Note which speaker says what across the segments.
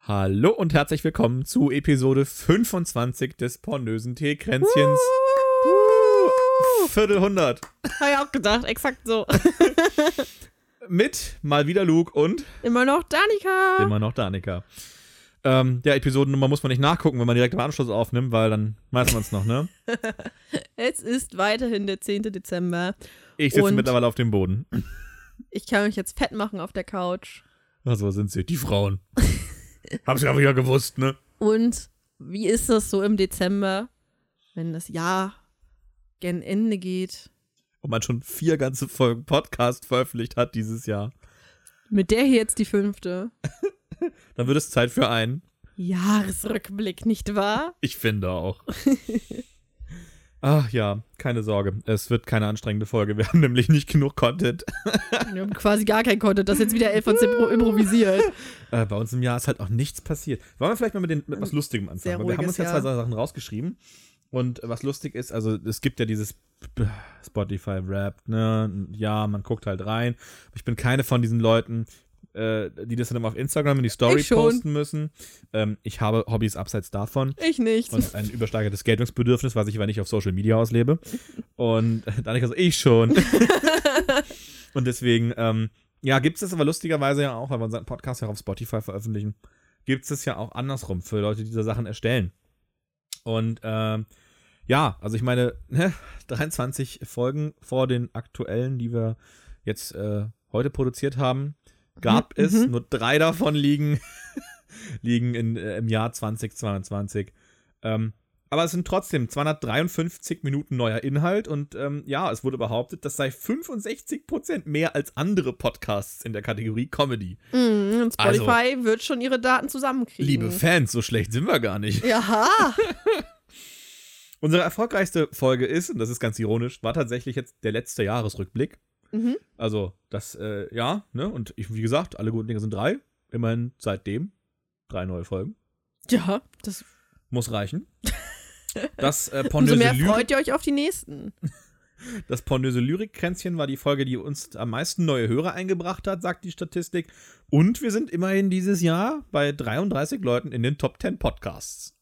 Speaker 1: Hallo und herzlich willkommen zu Episode 25 des pornösen Teekränzchens. Uh, Viertel 100.
Speaker 2: Habe ich auch gedacht, exakt so.
Speaker 1: Mit mal wieder Luke und
Speaker 2: Immer noch Danica.
Speaker 1: immer noch Danica. Ähm, ja, Episodennummer muss man nicht nachgucken, wenn man direkt im Anschluss aufnimmt, weil dann weiß man es noch, ne?
Speaker 2: Es ist weiterhin der 10. Dezember.
Speaker 1: Ich sitze
Speaker 2: Und-
Speaker 1: mittlerweile auf dem Boden.
Speaker 2: Ich kann mich jetzt fett machen auf der Couch.
Speaker 1: Ach, so sind sie, die Frauen. Hab's ja wieder gewusst, ne?
Speaker 2: Und wie ist das so im Dezember, wenn das Jahr gen Ende geht?
Speaker 1: Und man schon vier ganze Folgen Podcast veröffentlicht hat dieses Jahr.
Speaker 2: Mit der hier jetzt die fünfte.
Speaker 1: Dann wird es Zeit für einen.
Speaker 2: Jahresrückblick, nicht wahr?
Speaker 1: Ich finde auch. Ach ja, keine Sorge. Es wird keine anstrengende Folge. Wir haben nämlich nicht genug Content.
Speaker 2: Wir haben quasi gar kein Content, das jetzt wieder elf von 10 pro- improvisiert.
Speaker 1: Äh, bei uns im Jahr ist halt auch nichts passiert. Wollen wir vielleicht mal mit, den, mit was Lustigem anfangen?
Speaker 2: Sehr
Speaker 1: Weil wir haben uns
Speaker 2: ruhiges
Speaker 1: ja zwei
Speaker 2: Jahr.
Speaker 1: Sachen rausgeschrieben. Und was lustig ist, also es gibt ja dieses B- Spotify Rap, ne? Ja, man guckt halt rein. Ich bin keine von diesen Leuten, äh, die das dann immer auf Instagram in die Story
Speaker 2: Ich schon.
Speaker 1: posten müssen. Ähm, ich habe Hobbys abseits davon.
Speaker 2: Ich nicht.
Speaker 1: und ein übersteigertes Geltungsbedürfnis, was ich aber nicht auf Social Media auslebe. Und Danica so, ich schon. und deswegen, ähm, ja, gibt es das aber lustigerweise ja auch, weil wir unseren Podcast ja auch auf Spotify veröffentlichen, gibt es das ja auch andersrum für Leute, die diese Sachen erstellen. Und ähm, ja, also ich meine, ne, 23 Folgen vor den aktuellen, die wir jetzt äh, heute produziert haben, gab
Speaker 2: Mhm,
Speaker 1: es,
Speaker 2: mhm.
Speaker 1: nur drei davon liegen, liegen in, äh, im Jahr 2022. Ähm, aber es sind trotzdem 253 Minuten neuer Inhalt und ähm, ja, es wurde behauptet, das sei 65% mehr als andere Podcasts in der Kategorie Comedy.
Speaker 2: Mm, und
Speaker 1: Also-
Speaker 2: Spotify wird schon ihre Daten zusammenkriegen.
Speaker 1: Liebe Fans, so schlecht sind wir gar nicht.
Speaker 2: Jaha.
Speaker 1: Unsere erfolgreichste Folge ist, und das ist ganz ironisch, war tatsächlich jetzt der letzte Jahresrückblick.
Speaker 2: Mhm.
Speaker 1: Also, das, äh, ja, ne, und ich, wie gesagt, alle guten Dinge sind drei. Immerhin seitdem drei neue Folgen.
Speaker 2: Ja, das,
Speaker 1: Muss reichen. Das äh,
Speaker 2: umso
Speaker 1: pornöse
Speaker 2: mehr
Speaker 1: Lyrik
Speaker 2: freut ihr euch auf die nächsten.
Speaker 1: Das pornöse Lyrikkränzchen war die Folge, die uns am meisten neue Hörer eingebracht hat, sagt die Statistik. Und wir sind immerhin dieses Jahr bei 33 Leuten in den Top 10 Podcasts.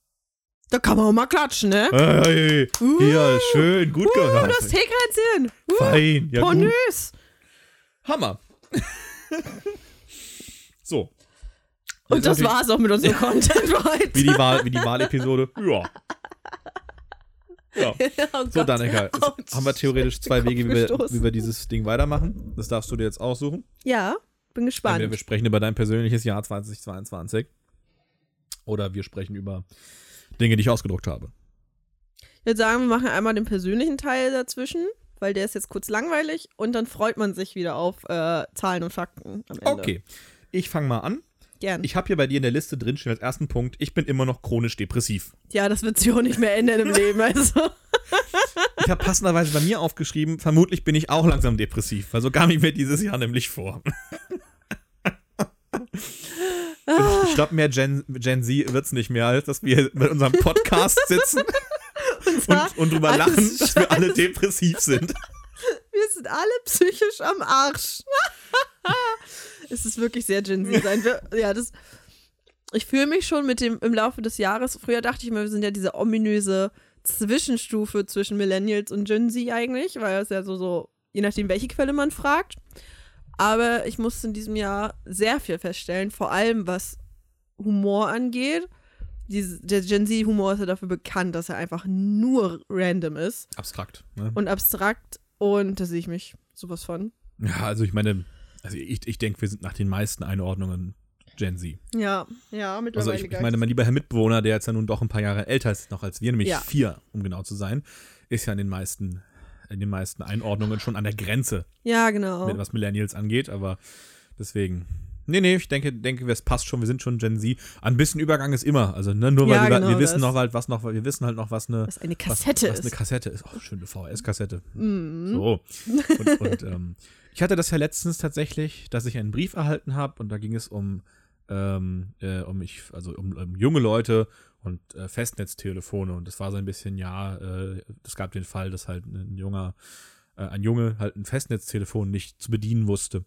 Speaker 2: Da kann man auch mal klatschen, ne?
Speaker 1: Hey,
Speaker 2: Uh,
Speaker 1: hier, schön, gut
Speaker 2: uh,
Speaker 1: gehört.
Speaker 2: das Teekränzchen. Uh,
Speaker 1: Fein, ja gut.
Speaker 2: pornös.
Speaker 1: Hammer. so.
Speaker 2: Und das war's auch mit unserem Content für heute.
Speaker 1: Wie die, Wahl, wie die Wahlepisode. Ja. Ja.
Speaker 2: Oh
Speaker 1: So,
Speaker 2: Gott.
Speaker 1: Danica,
Speaker 2: Autsch.
Speaker 1: jetzt haben wir theoretisch zwei Wege, wie wir,
Speaker 2: Kopfgestoßen.
Speaker 1: wie wir dieses Ding weitermachen. Das darfst du dir jetzt aussuchen.
Speaker 2: Ja,
Speaker 1: Entweder
Speaker 2: bin
Speaker 1: wir
Speaker 2: gespannt.
Speaker 1: sprechen über dein persönliches Jahr 2022 oder wir sprechen über Dinge, die ich ausgedruckt habe.
Speaker 2: Ich würde sagen, wir machen einmal den persönlichen Teil dazwischen, weil der ist jetzt kurz langweilig und dann freut man sich wieder auf äh, Zahlen und Fakten am Ende.
Speaker 1: Okay, ich fange mal an.
Speaker 2: Gern.
Speaker 1: Ich habe hier bei dir in der Liste drinstehen als ersten Punkt, ich bin immer noch chronisch depressiv.
Speaker 2: Ja, das wird sich auch nicht mehr ändern im Leben. Also.
Speaker 1: Ich habe passenderweise bei mir aufgeschrieben, vermutlich bin ich auch langsam depressiv, weil so kam ich mir dieses Jahr nämlich vor. Ich glaube, mehr Gen, Gen Z wird's nicht mehr, als dass wir mit unserem Podcast sitzen und, und drüber
Speaker 2: Alles
Speaker 1: lachen, dass wir alle depressiv sind.
Speaker 2: Wir sind alle psychisch am Arsch. es ist wirklich sehr Gen Z sein. Wir, ja, das, ich fühle mich schon mit dem im Laufe des Jahres. Früher dachte ich mir, wir sind ja diese ominöse Zwischenstufe zwischen Millennials und Gen Z eigentlich, weil es ja so, so, je nachdem, welche Quelle man fragt. Aber ich musste in diesem Jahr sehr viel feststellen, vor allem was Humor angeht. Diese, der Gen Z-Humor ist ja dafür bekannt, dass er einfach nur random ist
Speaker 1: Abstrakt. Ne?
Speaker 2: und abstrakt und da sehe ich mich sowas von.
Speaker 1: Ja, also ich meine, also ich, ich denke, wir sind nach den meisten Einordnungen Gen Z.
Speaker 2: Ja, ja,
Speaker 1: Also
Speaker 2: mittlerweile
Speaker 1: ich, ich meine, mein lieber Herr Mitbewohner, der jetzt ja nun doch ein paar Jahre älter ist noch als wir, nämlich
Speaker 2: Ja.
Speaker 1: vier, um genau zu sein, ist ja in den meisten, in den meisten Einordnungen schon an der Grenze,
Speaker 2: ja, genau.
Speaker 1: mit was Millennials angeht, aber deswegen. Nee, nee, ich denke, denke, es passt schon, wir sind schon Gen Z. Ein bisschen Übergang ist immer. Also, ne, nur weil
Speaker 2: Ja,
Speaker 1: wir,
Speaker 2: genau
Speaker 1: wir wissen
Speaker 2: das.
Speaker 1: noch halt, was noch, wir wissen halt noch, was eine
Speaker 2: Was eine
Speaker 1: was-
Speaker 2: Kassette
Speaker 1: was, eine
Speaker 2: ist.
Speaker 1: Kassette ist. Oh, schöne VHS-Kassette.
Speaker 2: Mhm.
Speaker 1: So. Und, und ähm, ich hatte das ja letztens tatsächlich, dass ich einen Brief erhalten habe und da ging es um, ähm, äh, um ich, also um, um junge Leute und äh, Festnetztelefone. Und das war so ein bisschen, ja, äh, es gab den Fall, dass halt ein junger äh, ein Junge halt ein Festnetztelefon nicht zu bedienen wusste.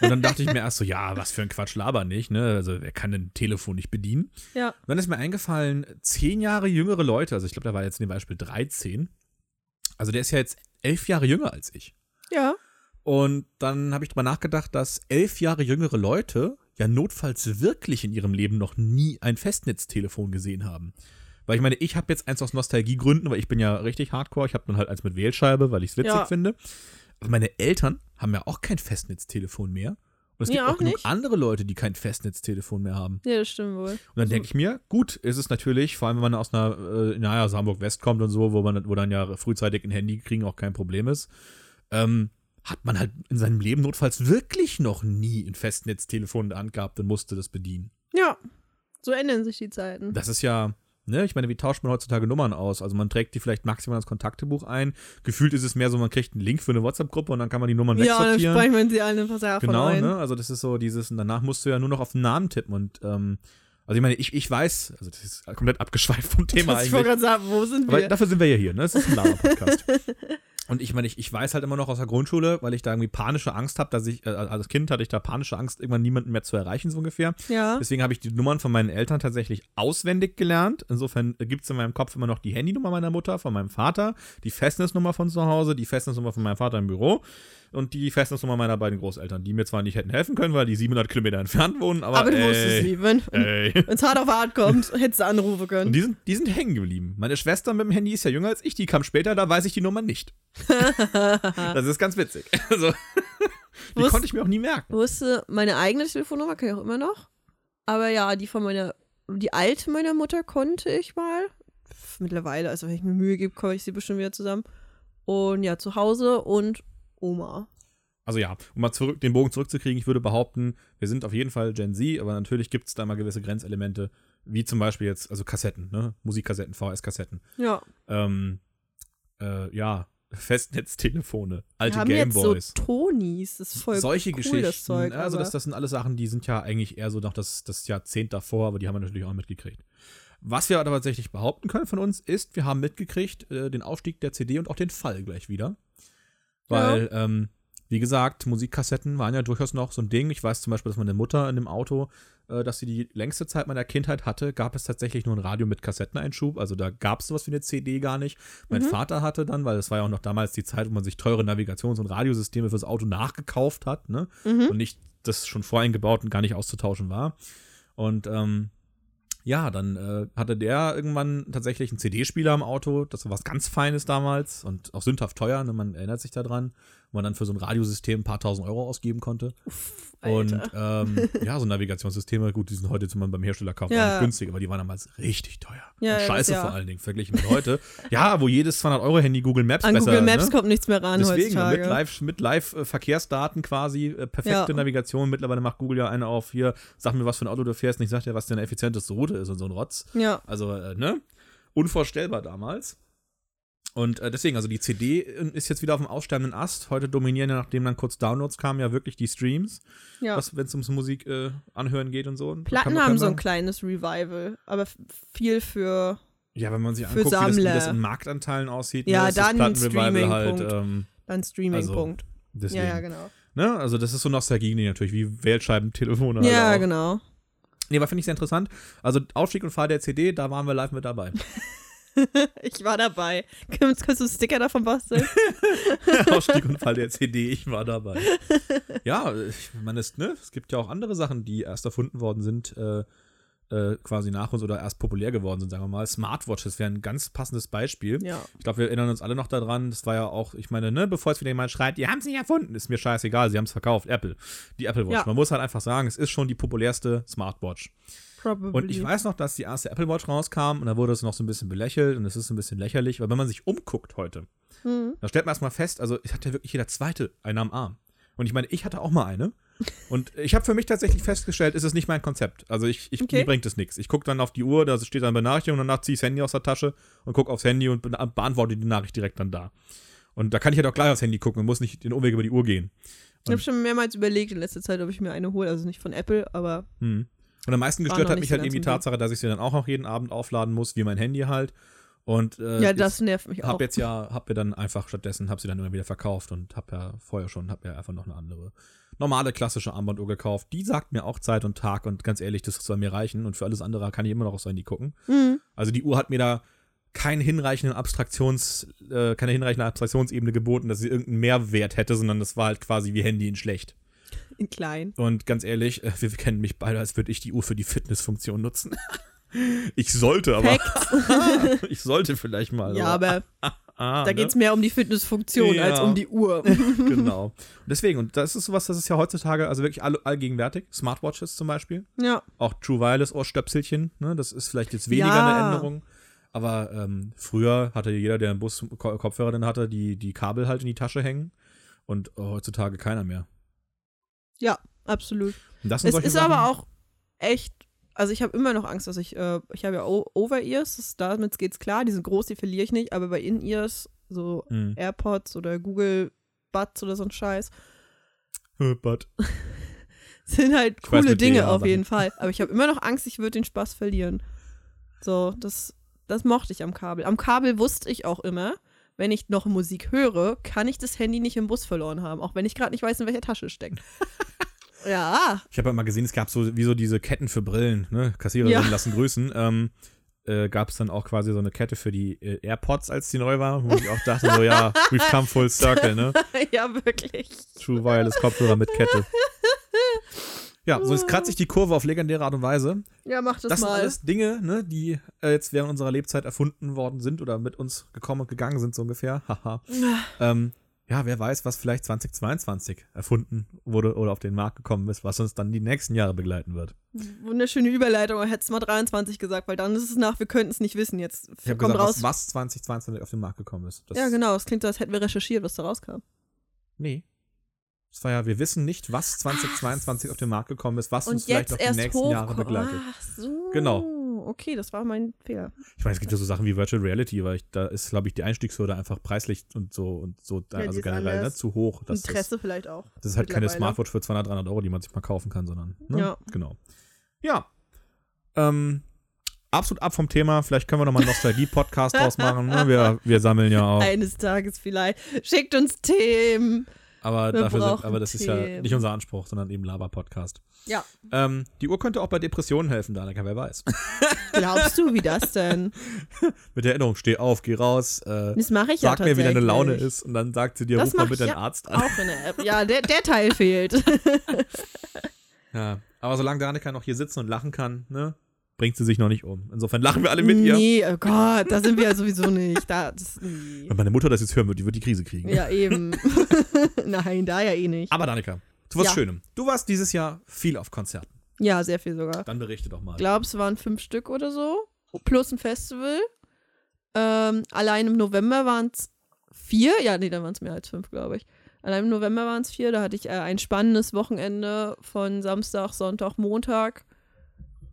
Speaker 1: Und dann dachte ich mir erst so, ja, was für ein Quatsch, laber nicht, ne? Also wer kann denn ein Telefon nicht bedienen?
Speaker 2: Ja.
Speaker 1: Und dann ist mir eingefallen, zehn Jahre jüngere Leute, also ich glaube, da war jetzt in dem Beispiel 13. Also der ist ja jetzt elf Jahre jünger als ich.
Speaker 2: Ja.
Speaker 1: Und dann habe ich drüber nachgedacht, dass elf Jahre jüngere Leute ja notfalls wirklich in ihrem Leben noch nie ein Festnetztelefon gesehen haben. Weil ich meine, ich habe jetzt eins aus Nostalgiegründen, weil ich bin ja richtig hardcore. Ich habe dann halt eins mit Wählscheibe, weil ich es witzig
Speaker 2: Ja.
Speaker 1: finde. Aber meine Eltern haben ja auch kein Festnetztelefon mehr. Und es
Speaker 2: Ja,
Speaker 1: gibt auch
Speaker 2: auch
Speaker 1: genug
Speaker 2: nicht.
Speaker 1: andere Leute, die kein Festnetztelefon mehr haben.
Speaker 2: Ja, das stimmt wohl.
Speaker 1: Und dann denke ich mir, gut, ist es natürlich, vor allem wenn man aus einer, äh, naja, aus Hamburg-West kommt und so, wo man, wo dann ja frühzeitig ein Handy kriegen auch kein Problem ist, ähm, hat man halt in seinem Leben notfalls wirklich noch nie ein Festnetztelefon in der Hand gehabt und musste das bedienen.
Speaker 2: Ja. So ändern sich die Zeiten.
Speaker 1: Das ist ja, ne, ich meine, wie tauscht man heutzutage Nummern aus? Also man trägt die vielleicht maximal ins Kontaktebuch ein. Gefühlt ist es mehr so, man kriegt einen Link für eine WhatsApp-Gruppe und dann kann man die Nummern
Speaker 2: ja, dann
Speaker 1: wegsortieren.
Speaker 2: sprechen wir sie alle einfach davon
Speaker 1: Genau,
Speaker 2: ein.
Speaker 1: ne? Also das ist so dieses, und danach musst du ja nur noch auf den Namen tippen und ähm, also ich meine, ich, ich weiß, also das ist komplett abgeschweift vom Thema
Speaker 2: Was ich wollte
Speaker 1: eigentlich.
Speaker 2: gerade sagen, wo sind
Speaker 1: Aber
Speaker 2: wir?
Speaker 1: dafür sind wir ja hier, ne? Es ist ein Lama-Podcast. und ich meine, ich, ich weiß halt immer noch aus der Grundschule, weil ich da irgendwie panische Angst habe, dass ich, äh, als Kind hatte ich da panische Angst, irgendwann niemanden mehr zu erreichen, so ungefähr.
Speaker 2: ja.
Speaker 1: Deswegen habe ich die Nummern von meinen Eltern tatsächlich auswendig gelernt. Insofern gibt es in meinem Kopf immer noch die Handynummer meiner Mutter, von meinem Vater, die Festnisnummer von zu Hause, die Festnisnummer von meinem Vater im Büro und die Festnisnummer meiner beiden Großeltern, die mir zwar nicht hätten helfen können, weil die 700 Kilometer entfernt wohnen, aber. äh,
Speaker 2: Aber, du
Speaker 1: ey,
Speaker 2: wusstest nie, wenn
Speaker 1: Ey.
Speaker 2: es hart auf hart kommt, hättest du anrufen
Speaker 1: Und
Speaker 2: können.
Speaker 1: die sind, die sind hängen geblieben. Meine Schwester mit dem Handy ist ja jünger als ich, die kam später, da weiß ich die Nummer nicht. das ist ganz witzig. Also, die
Speaker 2: Wusst-
Speaker 1: konnte ich mir auch nie merken.
Speaker 2: wusste meine eigene Telefonnummer, kann ich auch immer noch. Aber ja, die von meiner, die alte meiner Mutter konnte ich mal. Pff, Mittlerweile, also wenn ich mir Mühe gebe, komme ich sie bestimmt wieder zusammen. Und ja, zu Hause und Oma.
Speaker 1: Also ja, um mal zurück, den Bogen zurückzukriegen, ich würde behaupten, wir sind auf jeden Fall Gen Z, aber natürlich gibt es da mal gewisse Grenzelemente, wie zum Beispiel jetzt, also Kassetten, ne? Musikkassetten, VHS-Kassetten.
Speaker 2: Ja,
Speaker 1: Ähm, äh, ja, Festnetztelefone,
Speaker 2: wir
Speaker 1: alte
Speaker 2: haben jetzt so
Speaker 1: Gameboys.
Speaker 2: Tonis, das ist voll
Speaker 1: solche
Speaker 2: cool,
Speaker 1: Geschichten.
Speaker 2: das Zeug.
Speaker 1: also
Speaker 2: aber-
Speaker 1: das, das sind alles Sachen, die sind ja eigentlich eher so noch das, das Jahrzehnt davor, aber die haben wir natürlich auch mitgekriegt. Was wir aber tatsächlich behaupten können von uns ist, wir haben mitgekriegt äh, den Aufstieg der CD und auch den Fall gleich wieder. Weil, ähm, wie gesagt, Musikkassetten waren ja durchaus noch so ein Ding. Ich weiß zum Beispiel, dass meine Mutter in dem Auto, äh, dass sie die längste Zeit meiner Kindheit hatte, gab es tatsächlich nur ein Radio mit Kassetteneinschub. Also da gab es sowas wie eine CD gar nicht. Mein Vater hatte dann, weil das war ja auch noch damals die Zeit, wo man sich teure Navigations- und Radiosysteme fürs Auto nachgekauft hat, ne?
Speaker 2: Mhm.
Speaker 1: und nicht das schon voreingebaut und gar nicht auszutauschen war. Und ähm, ja, dann äh, hatte der irgendwann tatsächlich einen CD-Spieler im Auto. Das war was ganz Feines damals und auch sündhaft teuer. Ne? Man erinnert sich daran, wo man dann für so ein Radiosystem ein paar tausend Euro ausgeben konnte.
Speaker 2: Alter.
Speaker 1: Und ähm, ja, so Navigationssysteme, gut, die sind heute zum Beispiel beim Hersteller kaufen
Speaker 2: Ja.
Speaker 1: auch nicht günstig, aber die waren damals richtig teuer.
Speaker 2: Ja,
Speaker 1: und
Speaker 2: ja, das
Speaker 1: scheiße
Speaker 2: ja.
Speaker 1: vor allen Dingen, verglichen mit heute. ja, wo jedes 200-Euro-Handy Google Maps
Speaker 2: An
Speaker 1: besser
Speaker 2: Google Maps
Speaker 1: ne?
Speaker 2: kommt nichts mehr ran
Speaker 1: Deswegen,
Speaker 2: heutzutage.
Speaker 1: mit Live, mit Live äh, Verkehrsdaten quasi, äh, perfekte
Speaker 2: Ja.
Speaker 1: Navigation. Mittlerweile macht Google ja eine auf hier, sag mir, was für ein Auto du fährst, nicht sag dir, was deine effizienteste Route ist und so ein Rotz.
Speaker 2: ja,
Speaker 1: Also, äh, ne? Unvorstellbar damals. Und äh, deswegen, also die CD ist jetzt wieder auf dem aussterbenden Ast. Heute dominieren ja, nachdem dann kurz Downloads kamen, ja wirklich die Streams,
Speaker 2: ja.
Speaker 1: was wenn es ums Musik äh, anhören geht und so. Und kann
Speaker 2: Platten
Speaker 1: man-
Speaker 2: haben
Speaker 1: kann
Speaker 2: so ein
Speaker 1: man-
Speaker 2: kleines Revival, aber f- viel für
Speaker 1: Ja, wenn man sich anguckt,
Speaker 2: für
Speaker 1: wie das, wie
Speaker 2: Sammler.
Speaker 1: das in Marktanteilen aussieht,
Speaker 2: Ja,
Speaker 1: ist das
Speaker 2: dann
Speaker 1: Plattenrevival halt.
Speaker 2: Streaming-Punkt.
Speaker 1: Ähm,
Speaker 2: dann Streaming-Punkt.
Speaker 1: deswegen.
Speaker 2: ja, ja, genau.
Speaker 1: Ne? Also das ist so Nostalgie natürlich, wie Wählscheibentelefone. halt
Speaker 2: Ja,
Speaker 1: auch.
Speaker 2: genau.
Speaker 1: Nee, aber finde ich sehr interessant. Also Aufstieg und Fahrt der CD, da waren wir live mit dabei.
Speaker 2: Ich war dabei. Kannst, kannst du einen Sticker davon basteln?
Speaker 1: Aufstieg und Fall der CD, ich war dabei. Ja, ich meine, es, ne, es gibt ja auch andere Sachen, die erst erfunden worden sind, äh, äh, quasi nach uns oder erst populär geworden sind, sagen wir mal. Smartwatches wäre ein ganz passendes Beispiel.
Speaker 2: ja.
Speaker 1: Ich glaube, wir erinnern uns alle noch daran. Das war ja auch, ich meine, ne, bevor jetzt wieder jemand schreit, die haben es nicht erfunden, ist mir scheißegal, sie haben es verkauft. Apple. Die Apple Watch.
Speaker 2: Ja.
Speaker 1: Man muss halt einfach sagen, es ist schon die populärste Smartwatch.
Speaker 2: Probably.
Speaker 1: Und ich weiß noch, dass die erste Apple Watch rauskam und da wurde es noch so ein bisschen belächelt und es ist ein bisschen lächerlich, weil wenn man sich umguckt heute,
Speaker 2: Hm.
Speaker 1: da stellt man erstmal fest, also es hat ja wirklich jeder zweite eine am Arm. Und ich meine, ich hatte auch mal eine. Und ich habe für mich tatsächlich festgestellt, ist es nicht mein Konzept. Also ich, ich
Speaker 2: Okay.
Speaker 1: mir bringt es nichts. Ich gucke dann auf die Uhr, da steht dann Benachrichtigung, danach ziehe ich das Handy aus der Tasche und gucke aufs Handy und bena- beantworte die Nachricht direkt dann da. Und da kann ich ja halt doch gleich aufs Handy gucken und muss nicht den Umweg über die Uhr gehen.
Speaker 2: Ich habe schon mehrmals überlegt in letzter Zeit, ob ich mir eine hole. Also nicht von Apple, aber
Speaker 1: Hm. Und am meisten
Speaker 2: War
Speaker 1: gestört
Speaker 2: noch
Speaker 1: hat
Speaker 2: nicht
Speaker 1: mich
Speaker 2: so
Speaker 1: halt
Speaker 2: ganz
Speaker 1: eben die
Speaker 2: im Bild.
Speaker 1: Tatsache, dass ich sie dann auch noch jeden Abend aufladen muss, wie mein Handy halt. Und äh,
Speaker 2: ja,
Speaker 1: jetzt
Speaker 2: das nervt mich auch.
Speaker 1: hab jetzt ja, hab mir dann einfach stattdessen, hab sie dann immer wieder verkauft und hab ja vorher schon, hab mir einfach noch eine andere normale klassische Armbanduhr gekauft. Die sagt mir auch Zeit und Tag und ganz ehrlich, das soll mir reichen und für alles andere kann ich immer noch aufs Handy gucken.
Speaker 2: Mhm.
Speaker 1: Also die Uhr hat mir da keinen hinreichenden Abstraktions, äh, keine hinreichende Abstraktionsebene geboten, dass sie irgendeinen Mehrwert hätte, sondern das war halt quasi wie Handy in schlecht.
Speaker 2: In klein.
Speaker 1: Und ganz ehrlich, äh, wir kennen mich beide, als würde ich die Uhr für die Fitnessfunktion nutzen. Ich sollte, aber
Speaker 2: Facts.
Speaker 1: ich sollte vielleicht mal.
Speaker 2: ja, aber
Speaker 1: Also ah,
Speaker 2: da
Speaker 1: ne?
Speaker 2: geht's mehr um die Fitnessfunktion
Speaker 1: Ja.
Speaker 2: als um die Uhr.
Speaker 1: genau. Und deswegen, und das ist sowas, das ist ja heutzutage also wirklich all, allgegenwärtig. Smartwatches zum Beispiel.
Speaker 2: ja.
Speaker 1: Auch True Wireless Ohrstöpselchen, ne? Das ist vielleicht jetzt weniger
Speaker 2: Ja.
Speaker 1: eine Änderung. Aber ähm, früher hatte jeder, der einen Bus Ko- Kopfhörer dann hatte, die, die Kabel halt in die Tasche hängen. Und heutzutage keiner mehr.
Speaker 2: Ja, absolut.
Speaker 1: Und das sind
Speaker 2: Es
Speaker 1: solche
Speaker 2: ist
Speaker 1: Sachen,
Speaker 2: aber auch echt. Also ich habe immer noch Angst, dass ich, äh, ich habe ja O- Over-Ears, das- damit geht's klar, die sind groß, die verliere ich nicht, aber bei In-Ears, so
Speaker 1: Mhm.
Speaker 2: AirPods oder Google Buds oder so ein Scheiß,
Speaker 1: Äh, But.
Speaker 2: sind halt
Speaker 1: Ich weiß
Speaker 2: coole
Speaker 1: mit dir,
Speaker 2: Dinge
Speaker 1: ja,
Speaker 2: auf
Speaker 1: Sachen.
Speaker 2: jeden Fall. Aber ich habe immer noch Angst, ich würde den Spaß verlieren. So, das, das mochte ich am Kabel. Am Kabel wusste ich auch immer, wenn ich noch Musik höre, kann ich das Handy nicht im Bus verloren haben, auch wenn ich gerade nicht weiß, in welcher Tasche es steckt. ja,
Speaker 1: Ich habe halt mal gesehen, es gab so wie so diese Ketten für Brillen, ne? Kassiererinnen
Speaker 2: Ja.
Speaker 1: lassen grüßen. Ähm, äh, gab es dann auch quasi so eine Kette für die äh, AirPods, als die neu war, wo ich auch dachte, so ja, we've come full circle, ne?
Speaker 2: ja, wirklich.
Speaker 1: True Wireless Kopfhörer mit Kette. Ja, so jetzt kratze ich die Kurve auf legendäre Art und Weise.
Speaker 2: Ja, mach das,
Speaker 1: Das sind
Speaker 2: mal.
Speaker 1: alles Dinge, ne, die äh, jetzt während unserer Lebzeit erfunden worden sind oder mit uns gekommen und gegangen sind, so ungefähr. Haha. ähm, ja, wer weiß, was vielleicht 2022 erfunden wurde oder auf den Markt gekommen ist, was uns dann die nächsten Jahre begleiten wird.
Speaker 2: Wunderschöne Überleitung, aber hättest mal 23 gesagt, weil dann ist es nach, wir könnten es nicht wissen. Jetzt
Speaker 1: Ich habe
Speaker 2: kommt
Speaker 1: gesagt,
Speaker 2: raus.
Speaker 1: was, was 2022 auf den Markt gekommen ist. Das,
Speaker 2: ja, genau, es klingt so, als hätten wir recherchiert, was da rauskam.
Speaker 1: Nee. Das war ja, wir wissen nicht, was 2022 auf den Markt gekommen ist, was uns
Speaker 2: Und
Speaker 1: vielleicht
Speaker 2: jetzt
Speaker 1: noch die
Speaker 2: erst
Speaker 1: nächsten Jahre
Speaker 2: hochkommen.
Speaker 1: begleitet.
Speaker 2: Ach so.
Speaker 1: Genau.
Speaker 2: Okay, das war mein Fehler.
Speaker 1: Ich meine, es gibt ja so Sachen wie Virtual Reality, weil ich, da ist, glaube ich, die Einstiegshürde einfach preislich und so und so,
Speaker 2: Ja, die
Speaker 1: also
Speaker 2: ist
Speaker 1: generell ne,
Speaker 2: anders.
Speaker 1: zu hoch. Das ist,
Speaker 2: Interesse vielleicht auch.
Speaker 1: das ist halt keine
Speaker 2: mittlerweile.
Speaker 1: Smartwatch für 200, 300 Euro, die man sich mal kaufen kann, sondern. Ne?
Speaker 2: Ja.
Speaker 1: Genau. Ja. Ähm, absolut ab vom Thema. Vielleicht können wir nochmal einen Nostalgie-Podcast draus machen. Ne? Wir, wir sammeln ja auch.
Speaker 2: Eines Tages vielleicht. Schickt uns Themen.
Speaker 1: Aber,
Speaker 2: Wir
Speaker 1: dafür sind,
Speaker 2: brauchen
Speaker 1: aber das ist ja
Speaker 2: Themen.
Speaker 1: nicht unser Anspruch, sondern eben Laber-Podcast.
Speaker 2: Ja.
Speaker 1: Ähm, die Uhr könnte auch bei Depressionen helfen, Danica, wer weiß.
Speaker 2: Glaubst du, wie das denn?
Speaker 1: Mit der Erinnerung, steh auf, geh raus, äh,
Speaker 2: Das mache ich ja
Speaker 1: sag mir, wie
Speaker 2: tatsächlich.
Speaker 1: deine Laune ist und dann sagt sie dir,
Speaker 2: Das
Speaker 1: ruf mal
Speaker 2: mach
Speaker 1: bitte
Speaker 2: ich
Speaker 1: einen
Speaker 2: ja
Speaker 1: Arzt an.
Speaker 2: Auch in der App. Ja, der, der Teil fehlt.
Speaker 1: Ja, aber solange Danica noch hier sitzen und lachen kann, ne, bringt sie sich noch nicht um. Insofern lachen wir alle mit ihr.
Speaker 2: nee, oh Gott, da sind wir ja sowieso nicht. Da, das, nee.
Speaker 1: Wenn meine Mutter das jetzt hören wird, die wird die Krise kriegen.
Speaker 2: Ja, eben. Nein, da ja eh nicht.
Speaker 1: Aber Danica, zu was
Speaker 2: Ja.
Speaker 1: Schönem. Du warst dieses Jahr viel auf Konzerten.
Speaker 2: Ja, sehr viel sogar.
Speaker 1: Dann berichte doch mal.
Speaker 2: glaube, es waren fünf Stück oder so. Plus ein Festival. Ähm, allein im November waren es vier. Ja, nee, dann waren es mehr als fünf, glaube ich. Allein im November waren es vier. Da hatte ich äh, ein spannendes Wochenende von Samstag, Sonntag, Montag.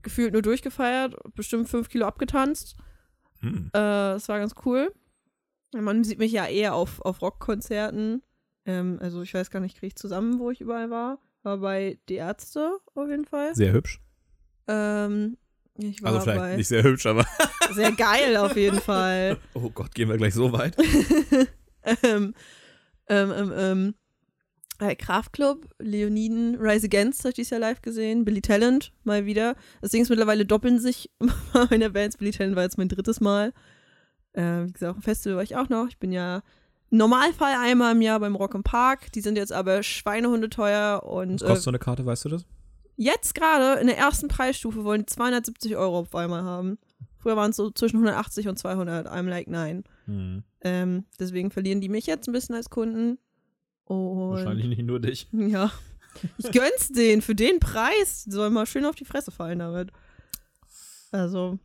Speaker 2: Gefühlt nur durchgefeiert. Bestimmt fünf Kilo abgetanzt.
Speaker 1: Hm.
Speaker 2: Äh, das war ganz cool. Man sieht mich ja eher auf, auf Rockkonzerten. Ähm, also ich weiß gar nicht, kriege ich zusammen, wo ich überall war. War bei Die Ärzte auf jeden Fall.
Speaker 1: Sehr hübsch.
Speaker 2: Ähm, ich war
Speaker 1: Also vielleicht
Speaker 2: bei
Speaker 1: nicht sehr hübsch, aber
Speaker 2: sehr geil auf jeden Fall.
Speaker 1: oh Gott, gehen wir gleich so weit.
Speaker 2: ähm, ähm, ähm, ähm. Äh, Kraftclub, Leoniden, Rise Against habe ich dieses Jahr live gesehen, Billy Talent mal wieder. Das Ding ist, mittlerweile doppeln sich meine Bands. Billy Talent war jetzt mein drittes Mal. Äh, wie gesagt, auf dem Festival war ich auch noch. Ich bin ja im Normalfall einmal im Jahr beim Rock im Park. Die sind jetzt aber Schweinehunde teuer und
Speaker 1: Was
Speaker 2: äh,
Speaker 1: kostet so eine Karte, weißt du das?
Speaker 2: jetzt gerade in der ersten Preisstufe wollen die 270 Euro auf einmal haben. Früher waren es so zwischen 180 und 200. I'm like, nein.
Speaker 1: Hm.
Speaker 2: Ähm, deswegen verlieren die mich jetzt ein bisschen als Kunden. Und
Speaker 1: Wahrscheinlich nicht nur dich.
Speaker 2: Ja. Ich gönn's denen für den Preis. Die sollen mal schön auf die Fresse fallen damit. Also,